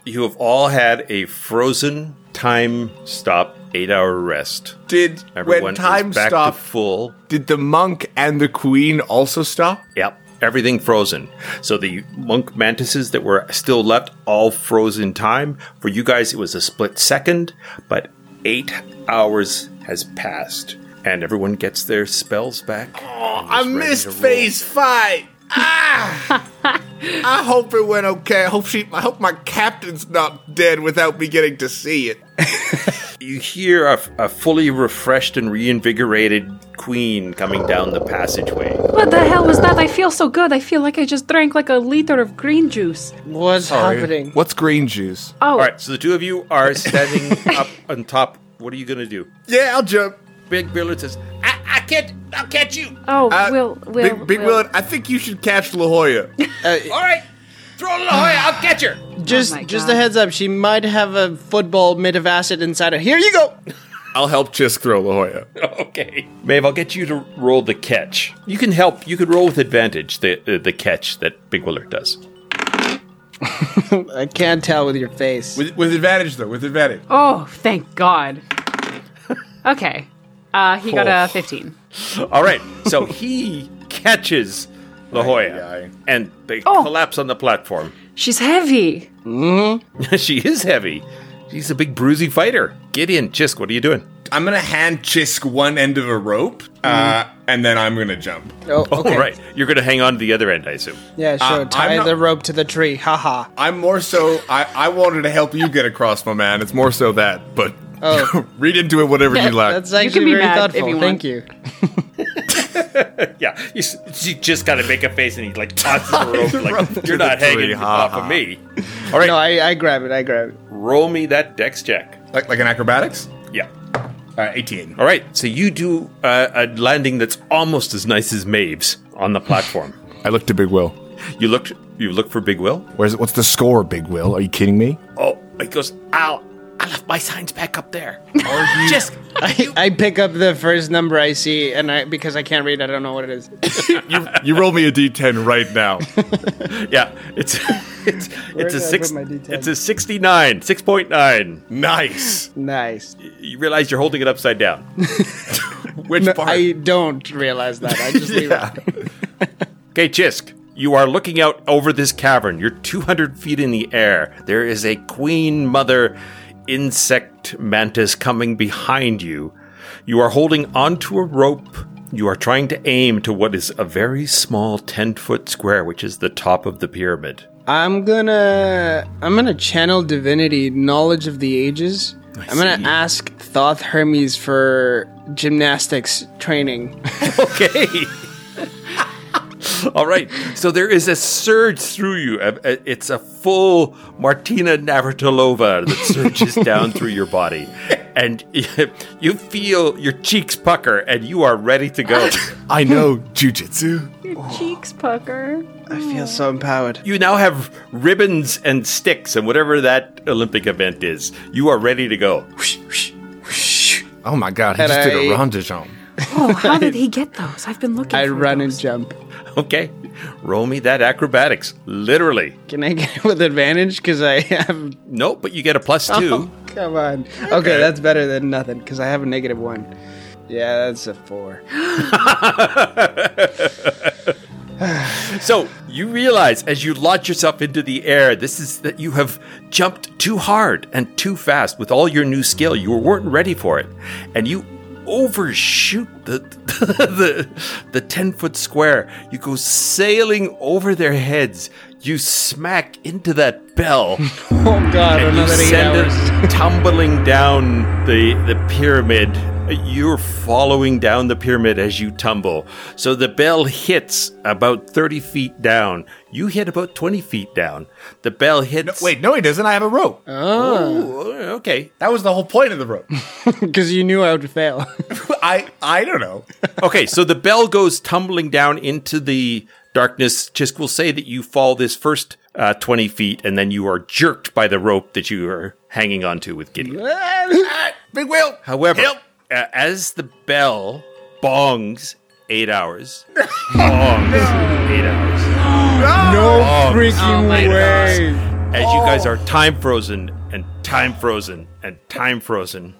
You have all had a frozen time stop eight hour rest.
Did
Everyone
when time
is back
stopped,
to full.
did the monk and the queen also stop?
Yep. Everything frozen. So the monk mantises that were still left, all frozen time. For you guys, it was a split second, but eight hours has passed. And everyone gets their spells back.
I missed phase five. Ah! I hope it went okay. I hope she. I hope my captain's not dead without me getting to see it.
You hear a, a fully refreshed and reinvigorated queen coming down the passageway.
what the hell was that? I feel so good. I feel like I just drank like a liter of green juice.
What's
Oh
happening?
What's green juice?
Oh,
All right, so the two of you are standing up on top. What are you going to do?
Yeah, I'll jump.
Big Billard says, I, I can't, I'll catch you.
oh,
Uh,
Will, Will,
Big, Big
Will.
Willard, I think you should catch La Jolla.
All right, throw it away, I'll catch her.
Just
my
just
God.
a heads up, she might have a football made of acid inside her. Here you go.
I'll help Chisk throw La Jolla.
Okay. Maeve, I'll get you to roll the catch. You can help. You could roll with advantage the uh, the catch that Big Willard does.
I can't tell with your face.
With, with advantage though, with advantage.
Oh, thank God. Okay. Uh, he got a 15.
All right. So he catches La Jolla,
aye.
and they
Oh.
collapse on the platform.
She's heavy.
she is heavy. She's a big bruisy fighter. Gideon, Chisk, what are you doing?
I'm gonna hand Chisk one end of a rope, uh, and then I'm gonna jump.
Oh,
Oh,
okay.
right. You're going to hang on to the other end, I assume.
Yeah, sure.
I'm
Tie
not-
the rope to the tree. Haha.
I'm more so. I, I wanted to help you get across, my man. It's more so that, but
Oh.
read into it whatever you like.
That's actually
can be
very
mad if
thoughtful.
you want.
Thank you.
Yeah, you, she just got to make a face and he like tosses the rope. Like,
rope
you're
to
not
the
hanging
tree, ha,
off
ha."
of me.
No, I, I grab it. I grab it.
Roll me that dex check.
like like an acrobatics.
Yeah.
Uh, 18.
All right. So you do uh, a landing that's almost as nice as Maeve's on the platform.
I looked to Big Will.
you looked. You look for Big Will.
Where's what's the score, Big Will? Are you kidding me?
Oh, he goes. Ow! I left my signs back up there. Just
I, I pick up the first number I see, and I because I can't read, I don't know what it is.
You roll me a d10 right now.
yeah. It's it's it's
did I
a six.
put my D10?
It's a sixty-nine. Six point nine.
nice.
Nice.
You realize you're holding it upside down.
Which part?
I don't realize that. I just leave it.
Okay, Chisk, you are looking out over this cavern. You're 200 feet in the air. There is a queen mother insect mantis coming behind you. You are holding onto a rope. You are trying to aim to what is a very small 10 foot square, which is the top of the pyramid.
I'm gonna I'm gonna channel divinity, knowledge of the ages. I am gonna
see.
ask Thoth Hermes for gymnastics training.
Okay. All right. So there is a surge through you. Uh, uh, It's a full Martina Navratilova that surges down through your body. And you feel your cheeks pucker and you are ready to go.
I know jujitsu.
Your cheeks pucker.
I feel so empowered.
You now have ribbons and sticks and whatever that Olympic event is. You are ready to go.
Oh my god, he
And
just did a
I-
rondejon.
Oh, how did he get those? I've been looking.
I
for
run and
those.
jump.
Okay. Roll me that acrobatics. Literally.
Can I get it with advantage? Because I have.
No, but you get a plus two.
Come on. Okay, that's better than nothing. Because I have a negative one. Yeah, that's a four.
So you realize as you launch yourself into the air, this is that you have jumped too hard and too fast with all your new skill. You weren't ready for it, and you overshoot the the the ten foot square. You go sailing over their heads. You smack into that bell
Oh God,
and you
another eight
send
hours.
it tumbling down the the pyramid. You're following down the pyramid as you tumble. So the bell hits about 30 feet down. You hit about 20 feet down. The bell hits.
Wait, no, he doesn't. I have a rope.
Ooh, okay.
That was the whole point of the rope.
Because you knew I would fail.
I I don't know.
Okay, so the bell goes tumbling down into the darkness. Chisk will say that you fall this first uh, 20 feet and then you are jerked by the rope that you are hanging onto with Gideon.
Big Will.
However,
Help.
uh, as the bell bongs eight hours, bongs eight hours,
no freaking way.
as you guys
Oh.
are time frozen and time frozen and time frozen.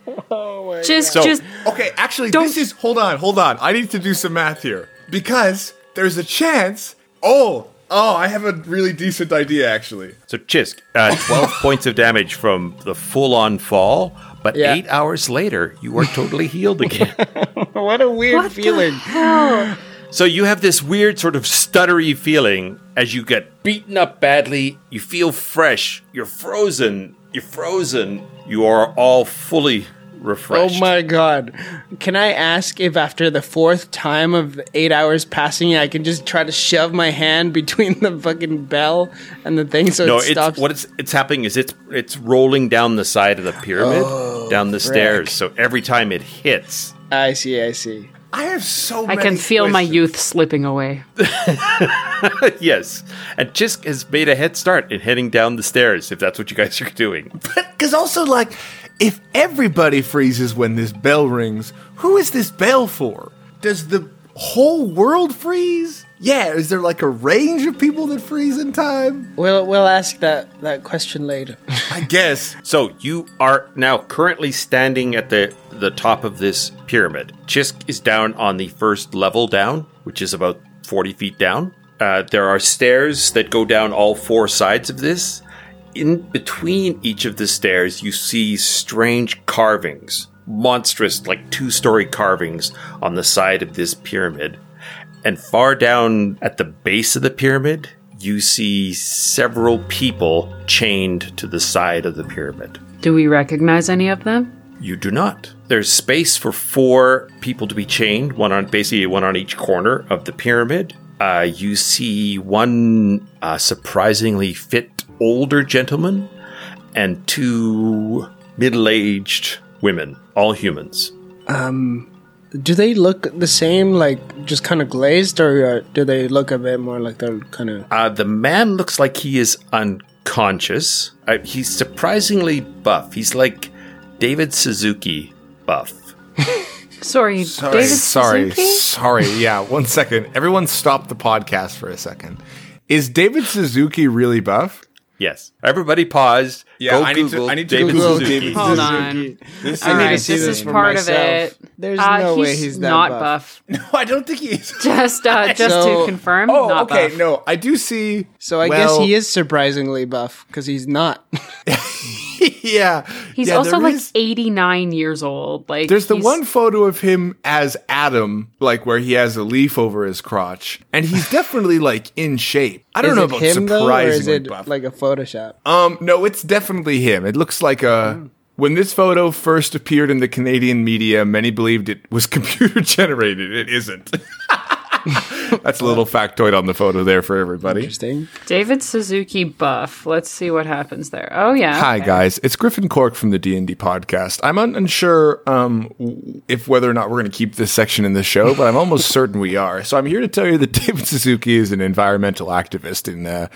Just,
So-
just
Okay, actually,
Don't-
this is. Hold on, hold on. I need to do some math here because there's a chance. Oh, oh, I have a really decent idea actually.
So Chisk, uh, twelve points of damage from the full-on fall, but
Yeah.
eight hours later, you are totally healed again.
What a weird
what the
feeling.
hell?
So you have this weird sort of stuttery feeling as you get beaten up badly. You feel fresh. You're frozen. You're frozen. You are all fully refreshed.
Oh my god. Can I ask if after the fourth time of eight hours passing, I can just try to shove my hand between the fucking bell and the thing so
No,
it
it's
stops?
what it's it's happening is it's it's rolling down the side of the pyramid, down the stairs. So every time it hits,
I see, I see.
I have so.
I can feel my youth slipping away.
yes. And Chisk has made a head start in heading down the stairs. If that's what you guys are doing,
Because also, like, if everybody freezes when this bell rings, who is this bell for? Does the whole world freeze? Yeah, is there like a range of people that freeze in time?
We'll we'll ask that, that question later.
I guess.
so you are now currently standing at the the top of this pyramid. Chisk is down on the first level down, which is about forty feet down. Uh, there are stairs that go down all four sides of this. In between each of the stairs, you see strange carvings, monstrous, like two story carvings on the side of this pyramid. And far down at the base of the pyramid, you see several people chained to the side of the pyramid.
Do we recognize any of them?
You do not. There's space for four people to be chained, one on basically one on each corner of the pyramid. Uh, you see one uh, surprisingly fit older gentleman and two middle aged women, all humans.
Do they look the same, like just kind of glazed, or uh, do they look a bit more like they're kind of
Uh, the man looks like he is unconscious. Uh, he's surprisingly buff. He's like David Suzuki buff.
Sorry,
Sorry,
David
sorry,
Suzuki?
sorry. Yeah, one second. Everyone stop the podcast for a second. Is David Suzuki really buff?
Yes. Everybody paused.
Yeah,
Go
I need to-
Google
I need to
David
Google
Suzuki.
David
Hold on.
This,
All right, this, is part of it.
There's
Uh,
no way he's that
not
buff.
buff.
I don't think he is.
Just, uh, just
So-
to confirm,
Oh,
not
okay.
buff.
No, I do see.
So I
well,
guess he is surprisingly buff because he's not.
Yeah,
He's
Yeah,
also
there
like
is-
89 years old. Like
There's the
he's-
one photo of him as Adam, like where he has a leaf over his crotch, and he's definitely like in shape. I don't
is
know
it
about
him though, or is
surprisingly
it
buff.
like a Photoshop?
Um, no, it's definitely him. It looks like
Hmm.
a. When this photo first appeared in the Canadian media, many believed it was computer generated. It isn't. That's a little factoid on the photo there for everybody.
Interesting.
David Suzuki buff. Let's see what happens there. Oh yeah.
Hi guys, it's Griffin Cork from the D and D podcast. I'm un- unsure um, w- if whether or not we're going to keep this section in the show, but I'm almost certain we are. So I'm here to tell you that David Suzuki is an environmental activist in uh,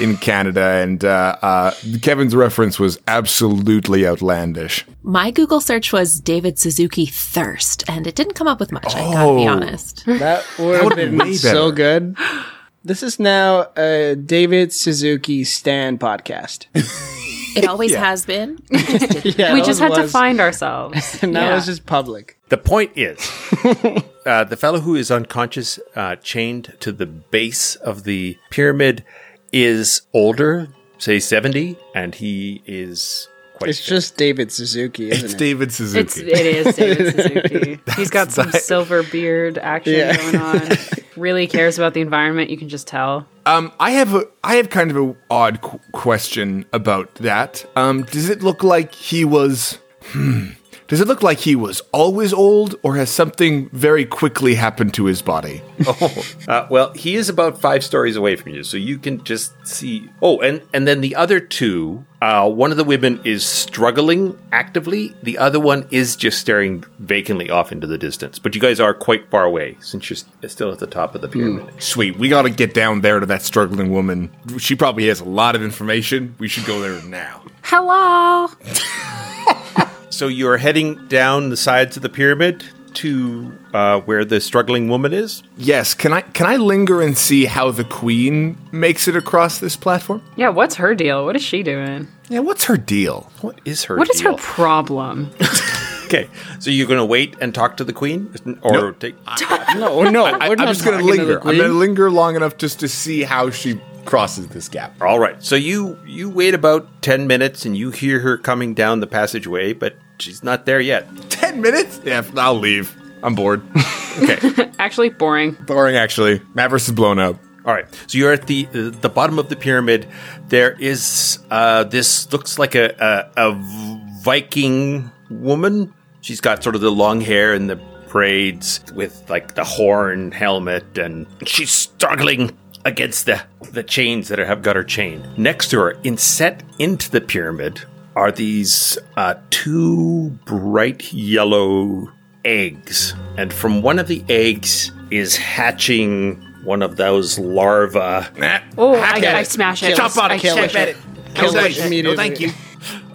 in Canada, and uh, uh, Kevin's reference was absolutely outlandish.
My Google search was David Suzuki thirst, and it didn't come up with much. I gotta
Oh.
be honest.
That would have been
way
so
better.
good. This is now a David Suzuki Stan podcast.
It always has been. I just didn't.
Yeah,
we
that
just had to
was-
find ourselves.
And now
Yeah.
it's just public.
The point is, uh, the fellow who is unconscious, uh, chained to the base of the pyramid, is older, say 70, and he is quite.
It's just David Suzuki, isn't
It's
it?
David
It's,
Suzuki.
it is David Suzuki. He's got some silver beard action
Yeah.
going on. Really cares about the environment. You can just tell.
Um, I have a I have kind of a odd qu- question about that. Um, does it look like he was? Hmm, does it look like he was always old, or has something very quickly happened to his body?
Uh, well, he is about five stories away from you, so you can just see. Oh, and and then the other two. Uh, one of the women is struggling actively. The other one is just staring vacantly off into the distance. But you guys are quite far away since you're s- still at the top of the pyramid.
Hmm.
Sweet, we got to get down there to that struggling woman. She probably has a lot of information. We should go there now.
Hello.
So you're heading down the sides of the pyramid to uh, where the struggling woman is.
Yes, can I can I linger and see how the queen makes it across this platform?
Yeah. What's her deal? What is she doing?
Yeah, what's her deal?
What is her?
What is her
deal?
problem?
okay, so you're going to wait and talk to the queen, or take?
No, no, we're
I, am
not
just gonna
talking to the
linger. I'm
queen.
gonna linger long enough just to see how she crosses this gap.
All right. So you you wait about ten minutes, and you hear her coming down the passageway, but she's not there yet.
Ten minutes? Yeah, I'll leave. I'm bored. okay,
Actually, boring.
boring. Actually, Mavericks is blown up.
All right. So you're at the the bottom of the pyramid. There is uh, this looks like a, a a Viking woman. She's got sort of the long hair and the braids with like the horn helmet, and she's struggling against the the chains that have got her chained. Next to her, inset into the pyramid, are these uh, two bright yellow eggs, and from one of the eggs is hatching one of those larvae
Oh, I, I smash it.
Chop on
I
it, kill
smash
it.
it.
Kill it immediately. thank you.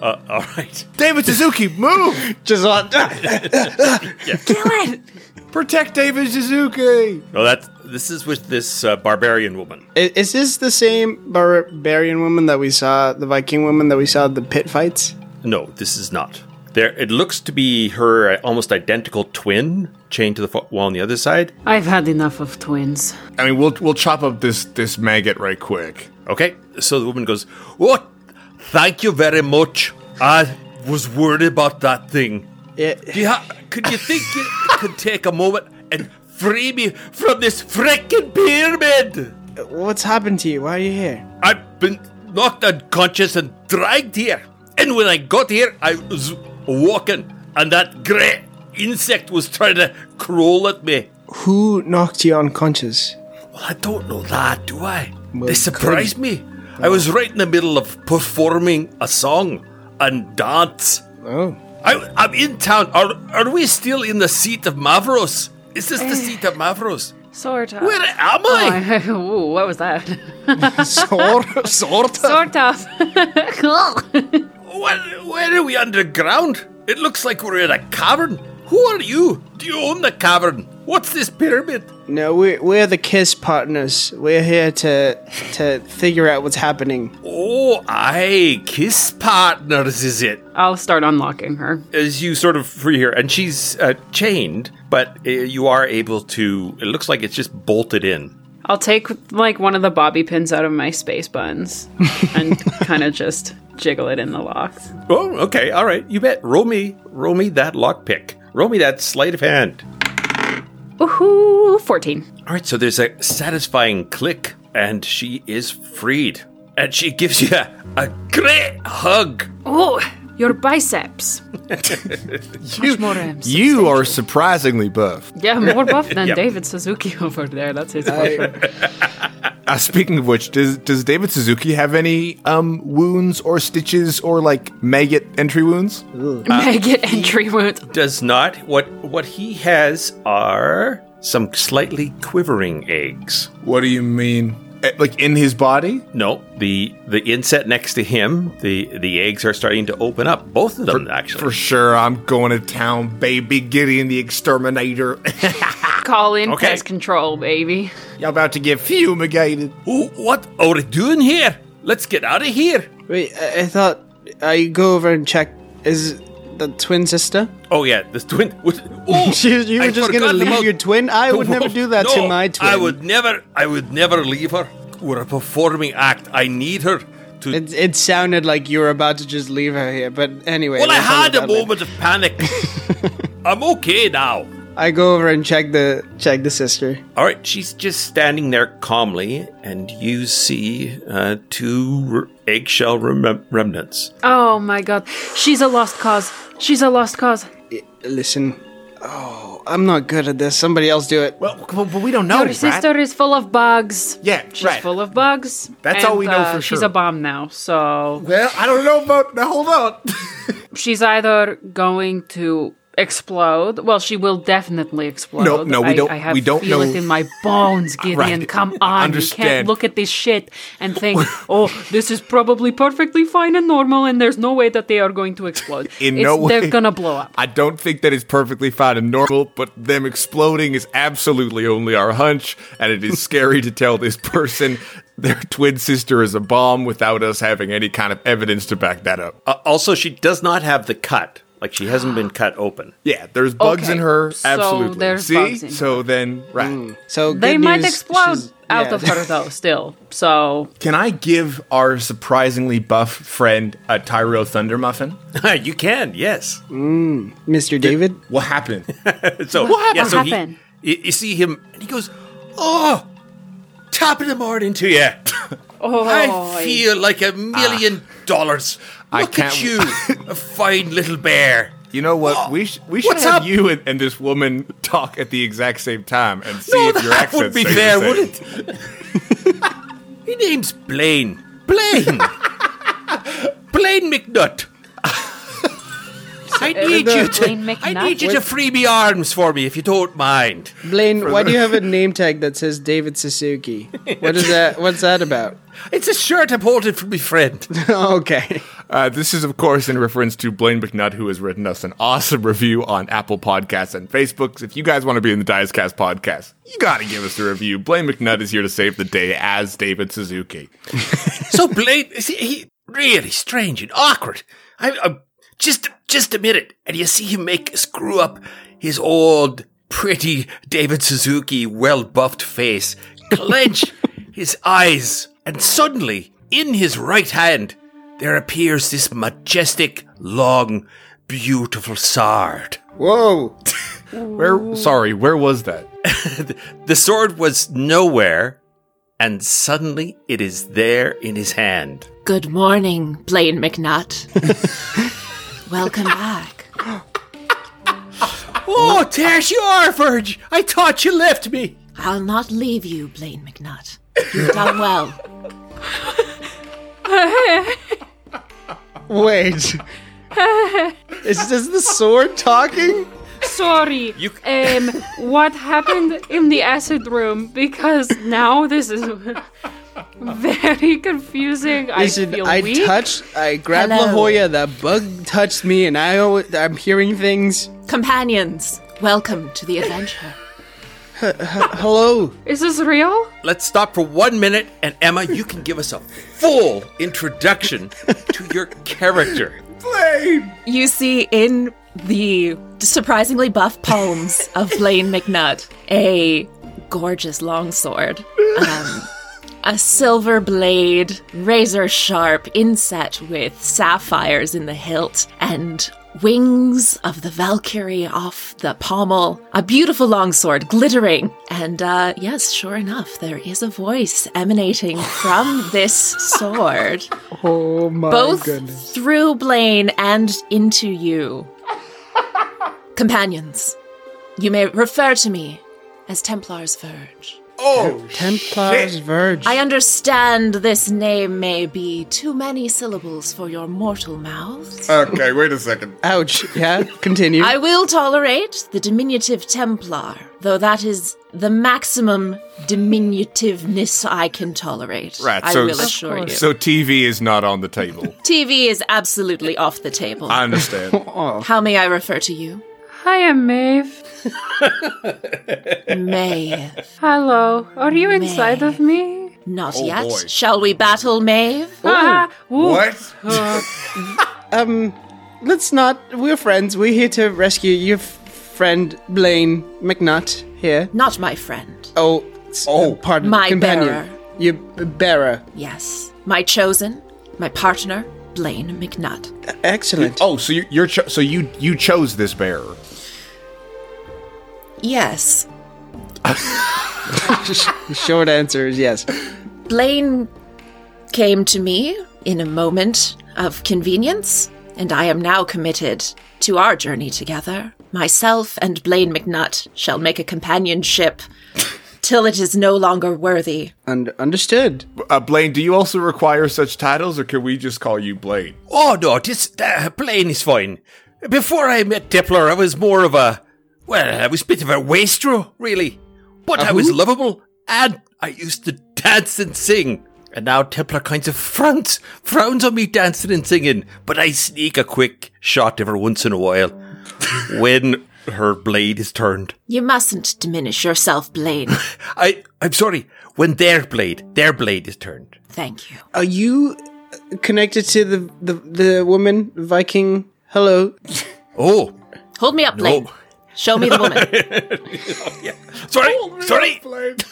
All right.
David Suzuki, move!
Just on.
Protect David Suzuki.
No, that's this is with this uh, barbarian woman.
I- Is this the same barbarian woman that we saw, the Viking woman that we saw at the pit fights?
No, this is not. There, it looks to be her uh, almost identical twin chained to the fo- wall on the other side.
I've had enough of twins.
I mean, we'll we'll chop up this this maggot right quick.
Okay, so the woman goes, "Oh, thank you very much. I was worried about that thing.
It,
Do you ha- could you think you could take a moment and free me from this frickin' pyramid?
what's happened to you? Why are you here?
I've been knocked unconscious and dragged here. And when I got here, I was walking, and that great insect was trying to crawl at me.
Who knocked you unconscious?
Well, I don't know that, do I?
you
they surprised me. I was right in the middle of performing a song and dance.
Oh.
I, I'm in town. Are, are we still in the seat of Mavros? Is this the seat of Mavros?
Sort of.
Where am
Oh,
I?
I- Ooh, what was that?
Sort, sort of.
sort of.
Where, where are we underground? It looks like we're in a cavern. Who are you? Do you own the cavern? What's this pyramid?
No, we're, we're the KISS partners. We're here to to figure out what's happening.
Oh, aye, kiss partners, is it?
I'll start unlocking her.
As you sort of free her, and she's uh, chained, but uh, you are able to. It looks like it's just bolted in.
I'll take like one of the bobby pins out of my space buns and kind of just jiggle it in the locks.
Oh, okay, all right. You bet. Roll me, roll me that lockpick. Roll me that sleight of hand.
Woohoo! 14.
All right, so there's a satisfying click, and she is freed. And she gives you a, a great hug.
Oh, your biceps. Much more abs.
You are surprisingly buff.
Yeah, more buff than David Suzuki over there. That's his boyfriend.
Uh, speaking of which, does does David Suzuki have any um wounds or stitches or like maggot entry wounds?
Maggot entry wounds.
Does not. What what he has are some slightly quivering eggs.
What do you mean? Eh, Like in his body?
No, the the inset next to him, the the eggs are starting to open up. Both of them,
For
actually.
sure, I'm going to town, baby. Gideon the exterminator.
Call in
Okay.
pest control, baby.
Y'all about to get fumigated.
Ooh, what are we doing here? Let's get out of here.
Wait, I, I thought I go over and check. Is the twin sister?
Oh yeah, this twin. What, oh,
You- you were
I
just gonna
forgot
leave
about
your twin? I
the
would never
wolf.
do that to
No,
my
I
twin.
would never. I would never leave her. We're a performing act. I need her to.
It, it sounded like you were about to just leave her here, but anyway.
well, I
we'll talk
had a
about that later.
moment of panic. I'm okay now.
I go over and check the check the sister.
All right, she's just standing there calmly, and you see uh, two r- eggshell rem- remnants.
Oh my god. She's a lost cause. She's a lost cause.
Listen, oh, I'm not good at this. Somebody else do it.
Well, c- but we don't know,
Your sister is full of bugs.
Yeah,
She's
right.
full of bugs.
That's all
and,
we know
uh,
for
She's
sure.
a bomb now, so
Well, I don't know about. Now, hold on.
she's either going to explode. Well, she will definitely explode.
No, no, we
I-
don't-
I have
we don't
feel
know.
it in my bones, Gideon.
Right.
Come on, you
Understand.
can't look at this shit and think, "Oh, this is probably perfectly fine and normal, and there's no way that they are going to explode."
In
It's-
no way.
they're gonna blow up.
I don't think that is perfectly fine and normal, but them exploding is absolutely only our hunch, and it is scary to tell this person their twin sister is a bomb without us having any kind of evidence to back that up. Uh,
Uh, also, she does not have the cut; like she hasn't been cut open.
yeah, there's bugs
Okay,
in her.
so
Absolutely.
there's
See?
bugs in her.
so then, right.
So
They
good
might
news,
explode
she's-
out
yeah.
of her though, still. So
Can I give our surprisingly buff friend a Tyro Thunder Muffin?
you can, yes.
Mr. David.
What happened?
So
What
yeah, so he-
happened?
you, you see him, and he goes, "Oh, top of the morning to you.
Oh, Ah.
I feel like a million dollars.
I
Look at
can't-
you, a fine little bear."
You know what? we sh- we should
Oh, what's
have
up?
you and, and this woman talk at the exact same time and see if your
Oh, that
accent
would be fair, would it? His name's Blaine. Blaine. Blaine McNutt. I need you
Blaine
to. I
McNutt
need you to
with-
free me arms for me if you don't mind.
Blaine, why do you have a name tag that says David Suzuki? What is that? What's that about?
It's a shirt I'm holding for my friend.
okay.
Uh, this is, of course, in reference to Blaine McNutt, who has written us an awesome review on Apple Podcasts and Facebook. If you guys want to be in the Dicecast podcast, you got to give us a review. Blaine McNutt is here to save the day as David Suzuki.
so Blaine, see, he really strange and awkward. I, I'm just just a minute, and you see him make screw up his old, pretty David Suzuki, well buffed face, clench his eyes, and suddenly, in his right hand, there appears this majestic, long, beautiful sword.
Whoa!
Where? Sorry, where was that?
The sword was nowhere, and suddenly it is there in his hand.
Good morning, Blaine McNutt. Welcome back.
Oh, Tash Arforge! I thought you left me!
I'll not leave you, Blaine McNutt. You've done well.
Wait. is this the sword talking?
Sorry. um, what happened in the acid room? Because now this is very confusing. I
Listen,
feel
I
weak.
touched, I grabbed
Hello.
La Jolla, that bug touched me, and I, al- I'm hearing things.
Companions, welcome to the adventure.
Hello.
is this real?
Let's stop for one minute, and Emma, you can give us a full introduction to your character.
You see in the surprisingly buff palms of Blaine McNutt a gorgeous longsword, um, a silver blade, razor sharp, inset with sapphires in the hilt, and wings of the Valkyrie off the pommel. A beautiful longsword, glittering. And uh, yes, sure enough, there is a voice emanating from this sword
Oh my
both
goodness.
through Blaine and into you. Companions, you may refer to me as Templar's Verge.
Templar's Verge.
I understand this name may be too many syllables for your mortal mouths.
Okay, wait a second.
Ouch. Yeah, continue.
I will tolerate the diminutive Templar, though that is the maximum diminutiveness I can tolerate.
Right,
I
so-
will
Of
assure you.
So TV is not on the table.
TV is absolutely off the table.
I understand.
How may I refer to you?
Hi, I'm Maeve.
May.
Hello. Are you inside of me?
Not yet. Shall we battle, Maeve?
Ah, woo.
What?
um, let's not. We're friends. We're here to rescue your f- friend Blaine McNutt here.
Not my friend.
Oh, s-
Oh.
pardon,
My
companion.
bearer.
Your b- bearer.
Yes. My chosen, my partner, Blaine McNutt.
Excellent.
oh, so you, you're cho- so you you chose this bearer.
Yes.
The short answer is yes.
Blaine came to me in a moment of convenience, and I am now committed to our journey together. Myself and Blaine McNutt shall make a companionship till it is no longer worthy.
Und- understood.
Uh, Blaine, do you also require such titles, or can we just call you Blaine?
Oh no, this uh, plane is fine. Before I met Depler, I was more of a well, I was a bit of a wastrel, really. But I was lovable, and I used to dance and sing. And now Templar kinds of frowns, frowns on me dancing and singing. But I sneak a quick shot every once in a while when her blade is turned.
You mustn't diminish yourself, Blaine.
I, I'm sorry, when their blade, their blade is turned.
Thank you.
Are you uh, connected to the the, the woman Viking? Hello.
Oh,
Hold me up, Blaine. Show me the woman.
Sorry, sorry.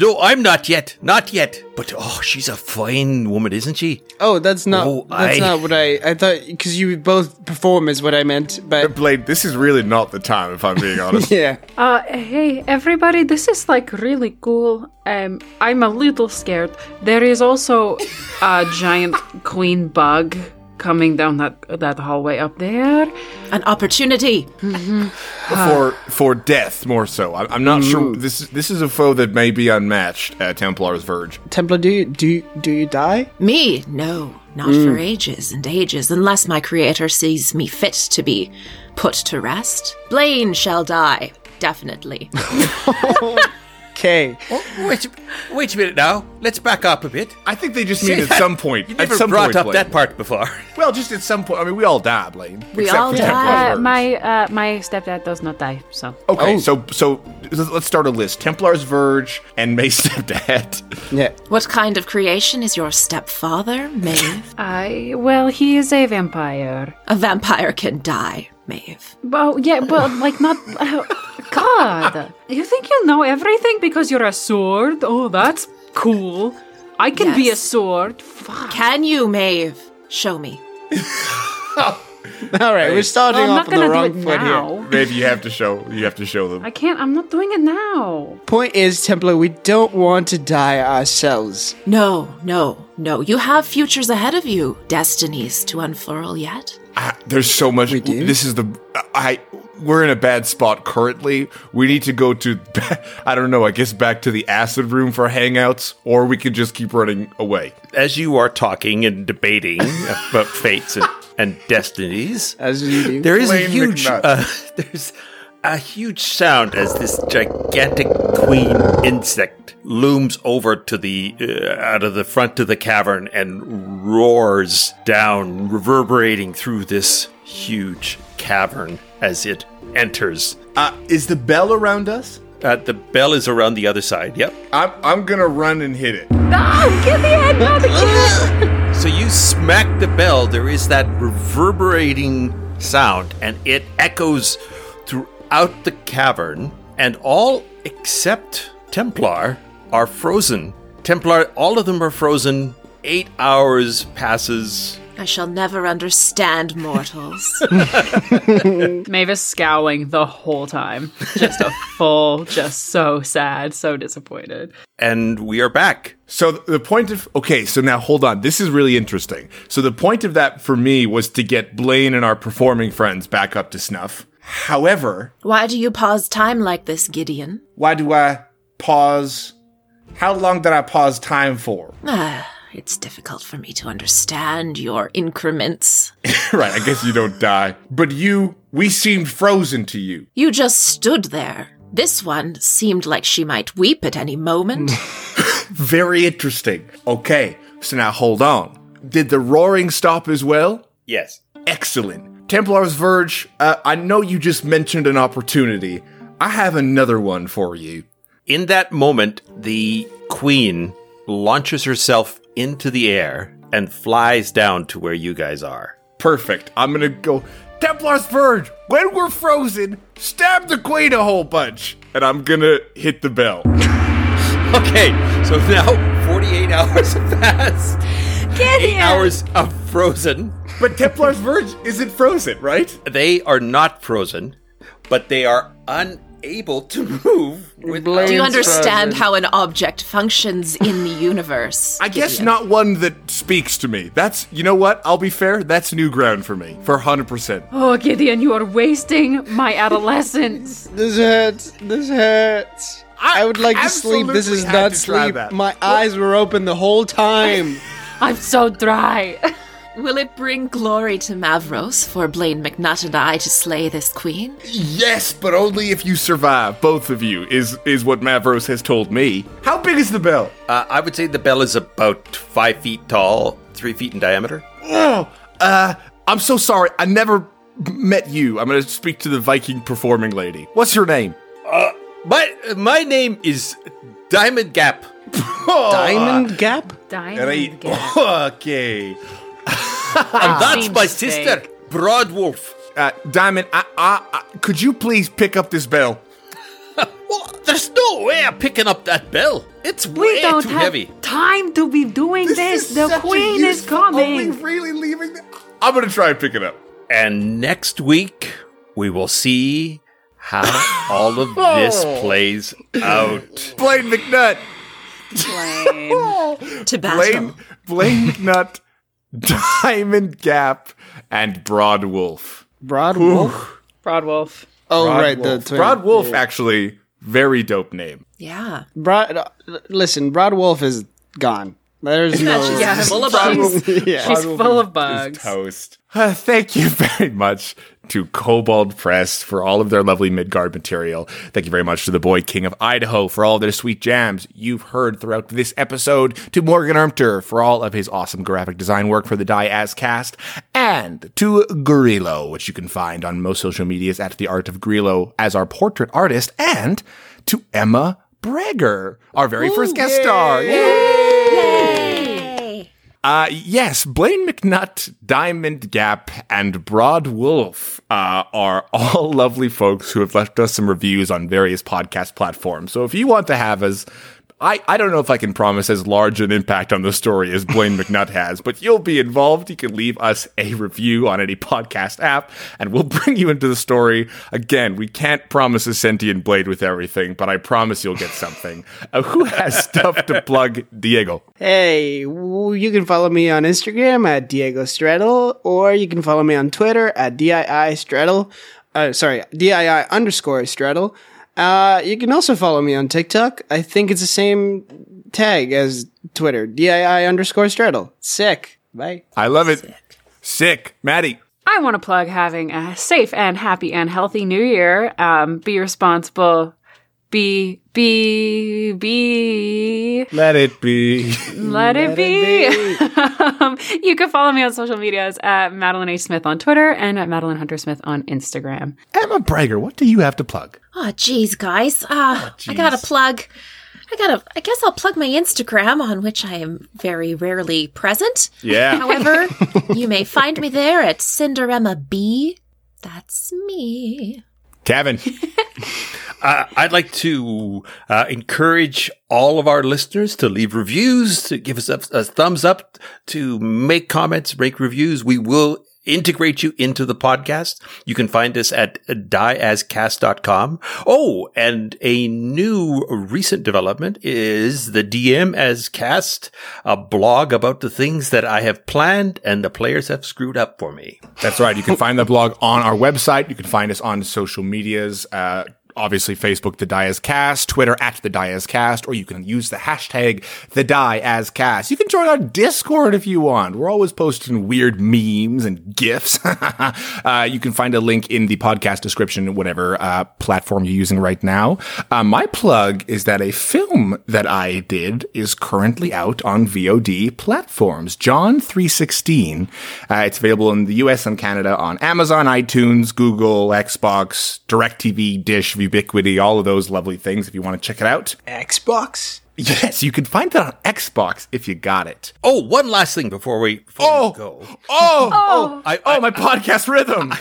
No, I'm not yet, not yet. But oh, she's a fine woman, isn't she?
Oh, that's not
Oh,
that's
I-
not what I I thought because you both perform is what I meant. But
Uh, Blaine, this is really not the time, if I'm being honest.
yeah,
Uh, hey, everybody, this is like really cool. Um, I'm a little scared. There is also a giant queen bug coming down that that hallway up there.
An opportunity.
for for death, more so. I, I'm not sure. This is this is a foe that may be unmatched at Templar's Verge.
Templar, do you, do you, do you die?
Me? No, not for ages and ages, unless my creator sees me fit to be put to rest. Blaine shall die, definitely.
okay.
Wait, wait a minute now. Let's back up a bit.
I think they just mean
See,
at some point.
You
at
never
some
brought
point,
up
Blaine.
that part before.
Well, just at some point. I mean, we all die, Blaine.
We
Except
all
for
die.
Templars.
Uh, my uh, my stepdad does not die, so
Oh.
Okay, so so let's start a list. Templars, Verge, and May stepdad.
Yeah.
What kind of creation is your stepfather, Maeve?
I well, he is a vampire.
a vampire can die, Maeve.
Oh yeah, but like not. oh, God, you think you know everything because you're a sword? Oh, that's cool. I can be a
Yes.
sword. Fuck.
Can you, Maeve? Show me.
All right, we're starting
I'm
off
not
on the
gonna
wrong
do it
foot here.
now.
Maybe you have to show you have to show them.
I can't. I'm not doing it now.
Point is, Templar, we don't want to die ourselves.
No, no, no. You have futures ahead of you, destinies to unfurl yet.
I, Ah, there's so much.
We do?
This is the I. We're in a bad spot currently. We need to go to I don't know. I guess back to the acid room for hangouts, or we could just keep running away.
As you are talking and debating about fates and, and destinies,
As you do.
there is a
Plain
huge
McNutt.
uh, there's a huge sound as this gigantic queen insect looms over to the uh, out of the front of the cavern and roars down reverberating through this huge cavern as it enters
Uh, is the bell around us?
uh, the bell is around the other side yep
I'm I'm gonna run and hit it.
No, get the head, not the kid.
So you smack the bell, there is that reverberating sound, and it echoes throughout the cavern, and all except Templar are frozen. Templar, all of them are frozen. Eight hours passes.
I shall never understand mortals.
Mavis scowling the whole time, just a full, just so sad, so disappointed.
And we are back.
So th- the point of okay, so now hold on. This is really interesting. So the point of that for me was to get Blaine and our performing friends back up to snuff. However,
Why do you pause time like this, Gideon?
why do I pause? How long did I pause time for?
Ah, it's difficult for me to understand your increments.
right, I guess you don't die. But you, we seemed frozen to you.
You just stood there. This one seemed like she might weep at any moment.
Very interesting. Okay, so now hold on. Did the roaring stop as well?
Yes.
Excellent. Templar's Verge, uh, I know you just mentioned an opportunity. I have another one for you.
In that moment, the queen launches herself into the air and flies down to where you guys are.
Perfect. I'm gonna go. Templar's Verge, when we're frozen, stab the queen a whole bunch. And I'm gonna hit the bell.
Okay, so now 48 hours have passed. Eight hours of frozen.
But Templar's Verge isn't frozen, right?
They are not frozen, but they are unable to move. With
do you understand how an object functions in the universe?
I guess not one that speaks to me. That's, you know what? I'll be fair. That's new ground for me, for 100%.
Oh, Gideon, you are wasting my adolescence.
This hurts. This hurts.
I
I, would like to sleep. This
absolutely
is
had
not
to try
sleep.
that.
My eyes were open the whole time.
I'm so dry.
Will it bring glory to Mavros for Blaine McNutt and I to slay this queen?
Yes, but only if you survive, both of you, is, is what Mavros has told me. How big is the bell?
Uh, I would say the bell is about five feet tall, three feet in diameter.
Oh, uh, I'm so sorry. I never met you. I'm going to speak to the Viking performing lady. What's your name?
Uh, My my name is Diamond Gap.
Diamond Gap?
Diamond Gap.
Okay.
and that's
Same
my
mistake.
sister, Broadwolf.
Uh, Diamond, I, I, I, could you please pick up this bell?
Well, there's no way I'm picking up that bell. It's way
We don't
too
have
heavy.
time to be doing this. The queen is coming.
really leaving? I'm going to try and pick it up.
And next week, we will see how all of this plays out.
Blaine McNutt.
To battle.
Blaine, Blaine McNutt, Diamond Gap, and Broad Wolf.
Broad Wolf?
Broadwolf.
Oh,
Broad
right. The
Wolf.
twin.
Broad Wolf, actually, very dope name.
Yeah.
Broad, uh, l- listen, Broad Wolf is gone. There's no.
Yeah, full of bugs.
yeah.
She's full of bugs.
toast. Uh, thank you very much to Kobold Press for all of their lovely Midgard material. Thank you very much to the boy King of Idaho for all of their sweet jams you've heard throughout this episode, to Morgan Ermter for all of his awesome graphic design work for the Die As cast, and to Gorillo, which you can find on most social medias at The Art of Gorillo as our portrait artist, and to Emma Breger, our very first guest star. Yay! Uh, yes, Blaine McNutt, Diamond Gap, and Broad Wolf uh, are all lovely folks who have left us some reviews on various podcast platforms. So if you want to have us, I, I don't know if I can promise as large an impact on the story as Blaine McNutt has, but you'll be involved. You can leave us a review on any podcast app, and we'll bring you into the story. Again, we can't promise a sentient blade with everything, but I promise you'll get something. Uh, who has stuff to plug? Diego.
Hey, w- you can follow me on Instagram at Diego Straddle, or you can follow me on Twitter at DII Straddle. Uh, sorry, DII underscore Straddle. Uh, you can also follow me on TikTok. I think it's the same tag as Twitter, DII underscore Straddle. Sick. Bye.
I love it. Sick. Maddie.
I want to plug having a safe and happy and healthy new year. Um, be responsible. Be, be, be.
Let it be.
Let, it be. um, you can follow me on social medias at Madeline H. Smith on Twitter and at Madeline Hunter Smith on Instagram.
Emma Brager, what do you have to plug?
Oh, jeez, guys. Uh, I gotta plug. I gotta. I guess I'll plug my Instagram, on which I am very rarely present.
Yeah.
However, you may find me there at Cinderemma B. That's me.
Kevin.
Uh, I'd like to uh, encourage all of our listeners to leave reviews, to give us a, a thumbs up, to make comments, make reviews. We will integrate you into the podcast. You can find us at dieascast.com. Oh, and a new recent development is the DM as cast, a blog about the things that I have planned and the players have screwed up for me.
That's right. You can find the blog on our website. You can find us on social medias. Uh, Obviously, Facebook, The Die As Cast, Twitter at The Die As Cast, or you can use the hashtag The Die As Cast. You can join our Discord if you want. We're always posting weird memes and GIFs. uh, you can find a link in the podcast description, whatever uh, platform you're using right now. Uh, my plug is that a film that I did is currently out on VOD platforms. John 316. Uh, it's available in the US and Canada on Amazon, iTunes, Google, Xbox, DirecTV, Dish, Ubiquity, all of those lovely things if you want to check it out.
Xbox?
Yes, you can find that on Xbox if you got it.
Oh, one last thing before we, before we go.
Oh, oh, I, oh, my podcast rhythm.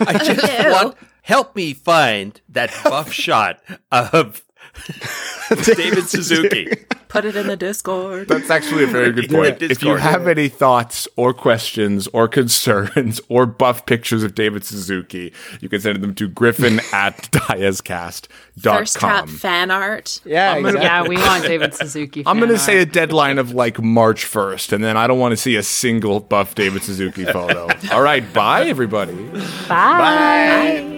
I just want help me find that buff shot of David Suzuki.
Put it in the Discord.
That's actually a very good point.
Yeah.
If you
Discord.
have any thoughts or questions or concerns or buff pictures of David Suzuki, you can send them to griffin at
Thirst trap
diascast.com.
fan art.
Yeah, exactly.
Yeah, we want David Suzuki.
I'm going to
fan
say a
art.
deadline of like March 1st, and then I don't want to see a single buff David Suzuki photo. All right, bye, everybody.
Bye.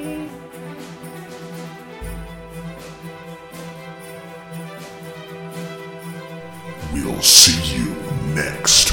We'll see you next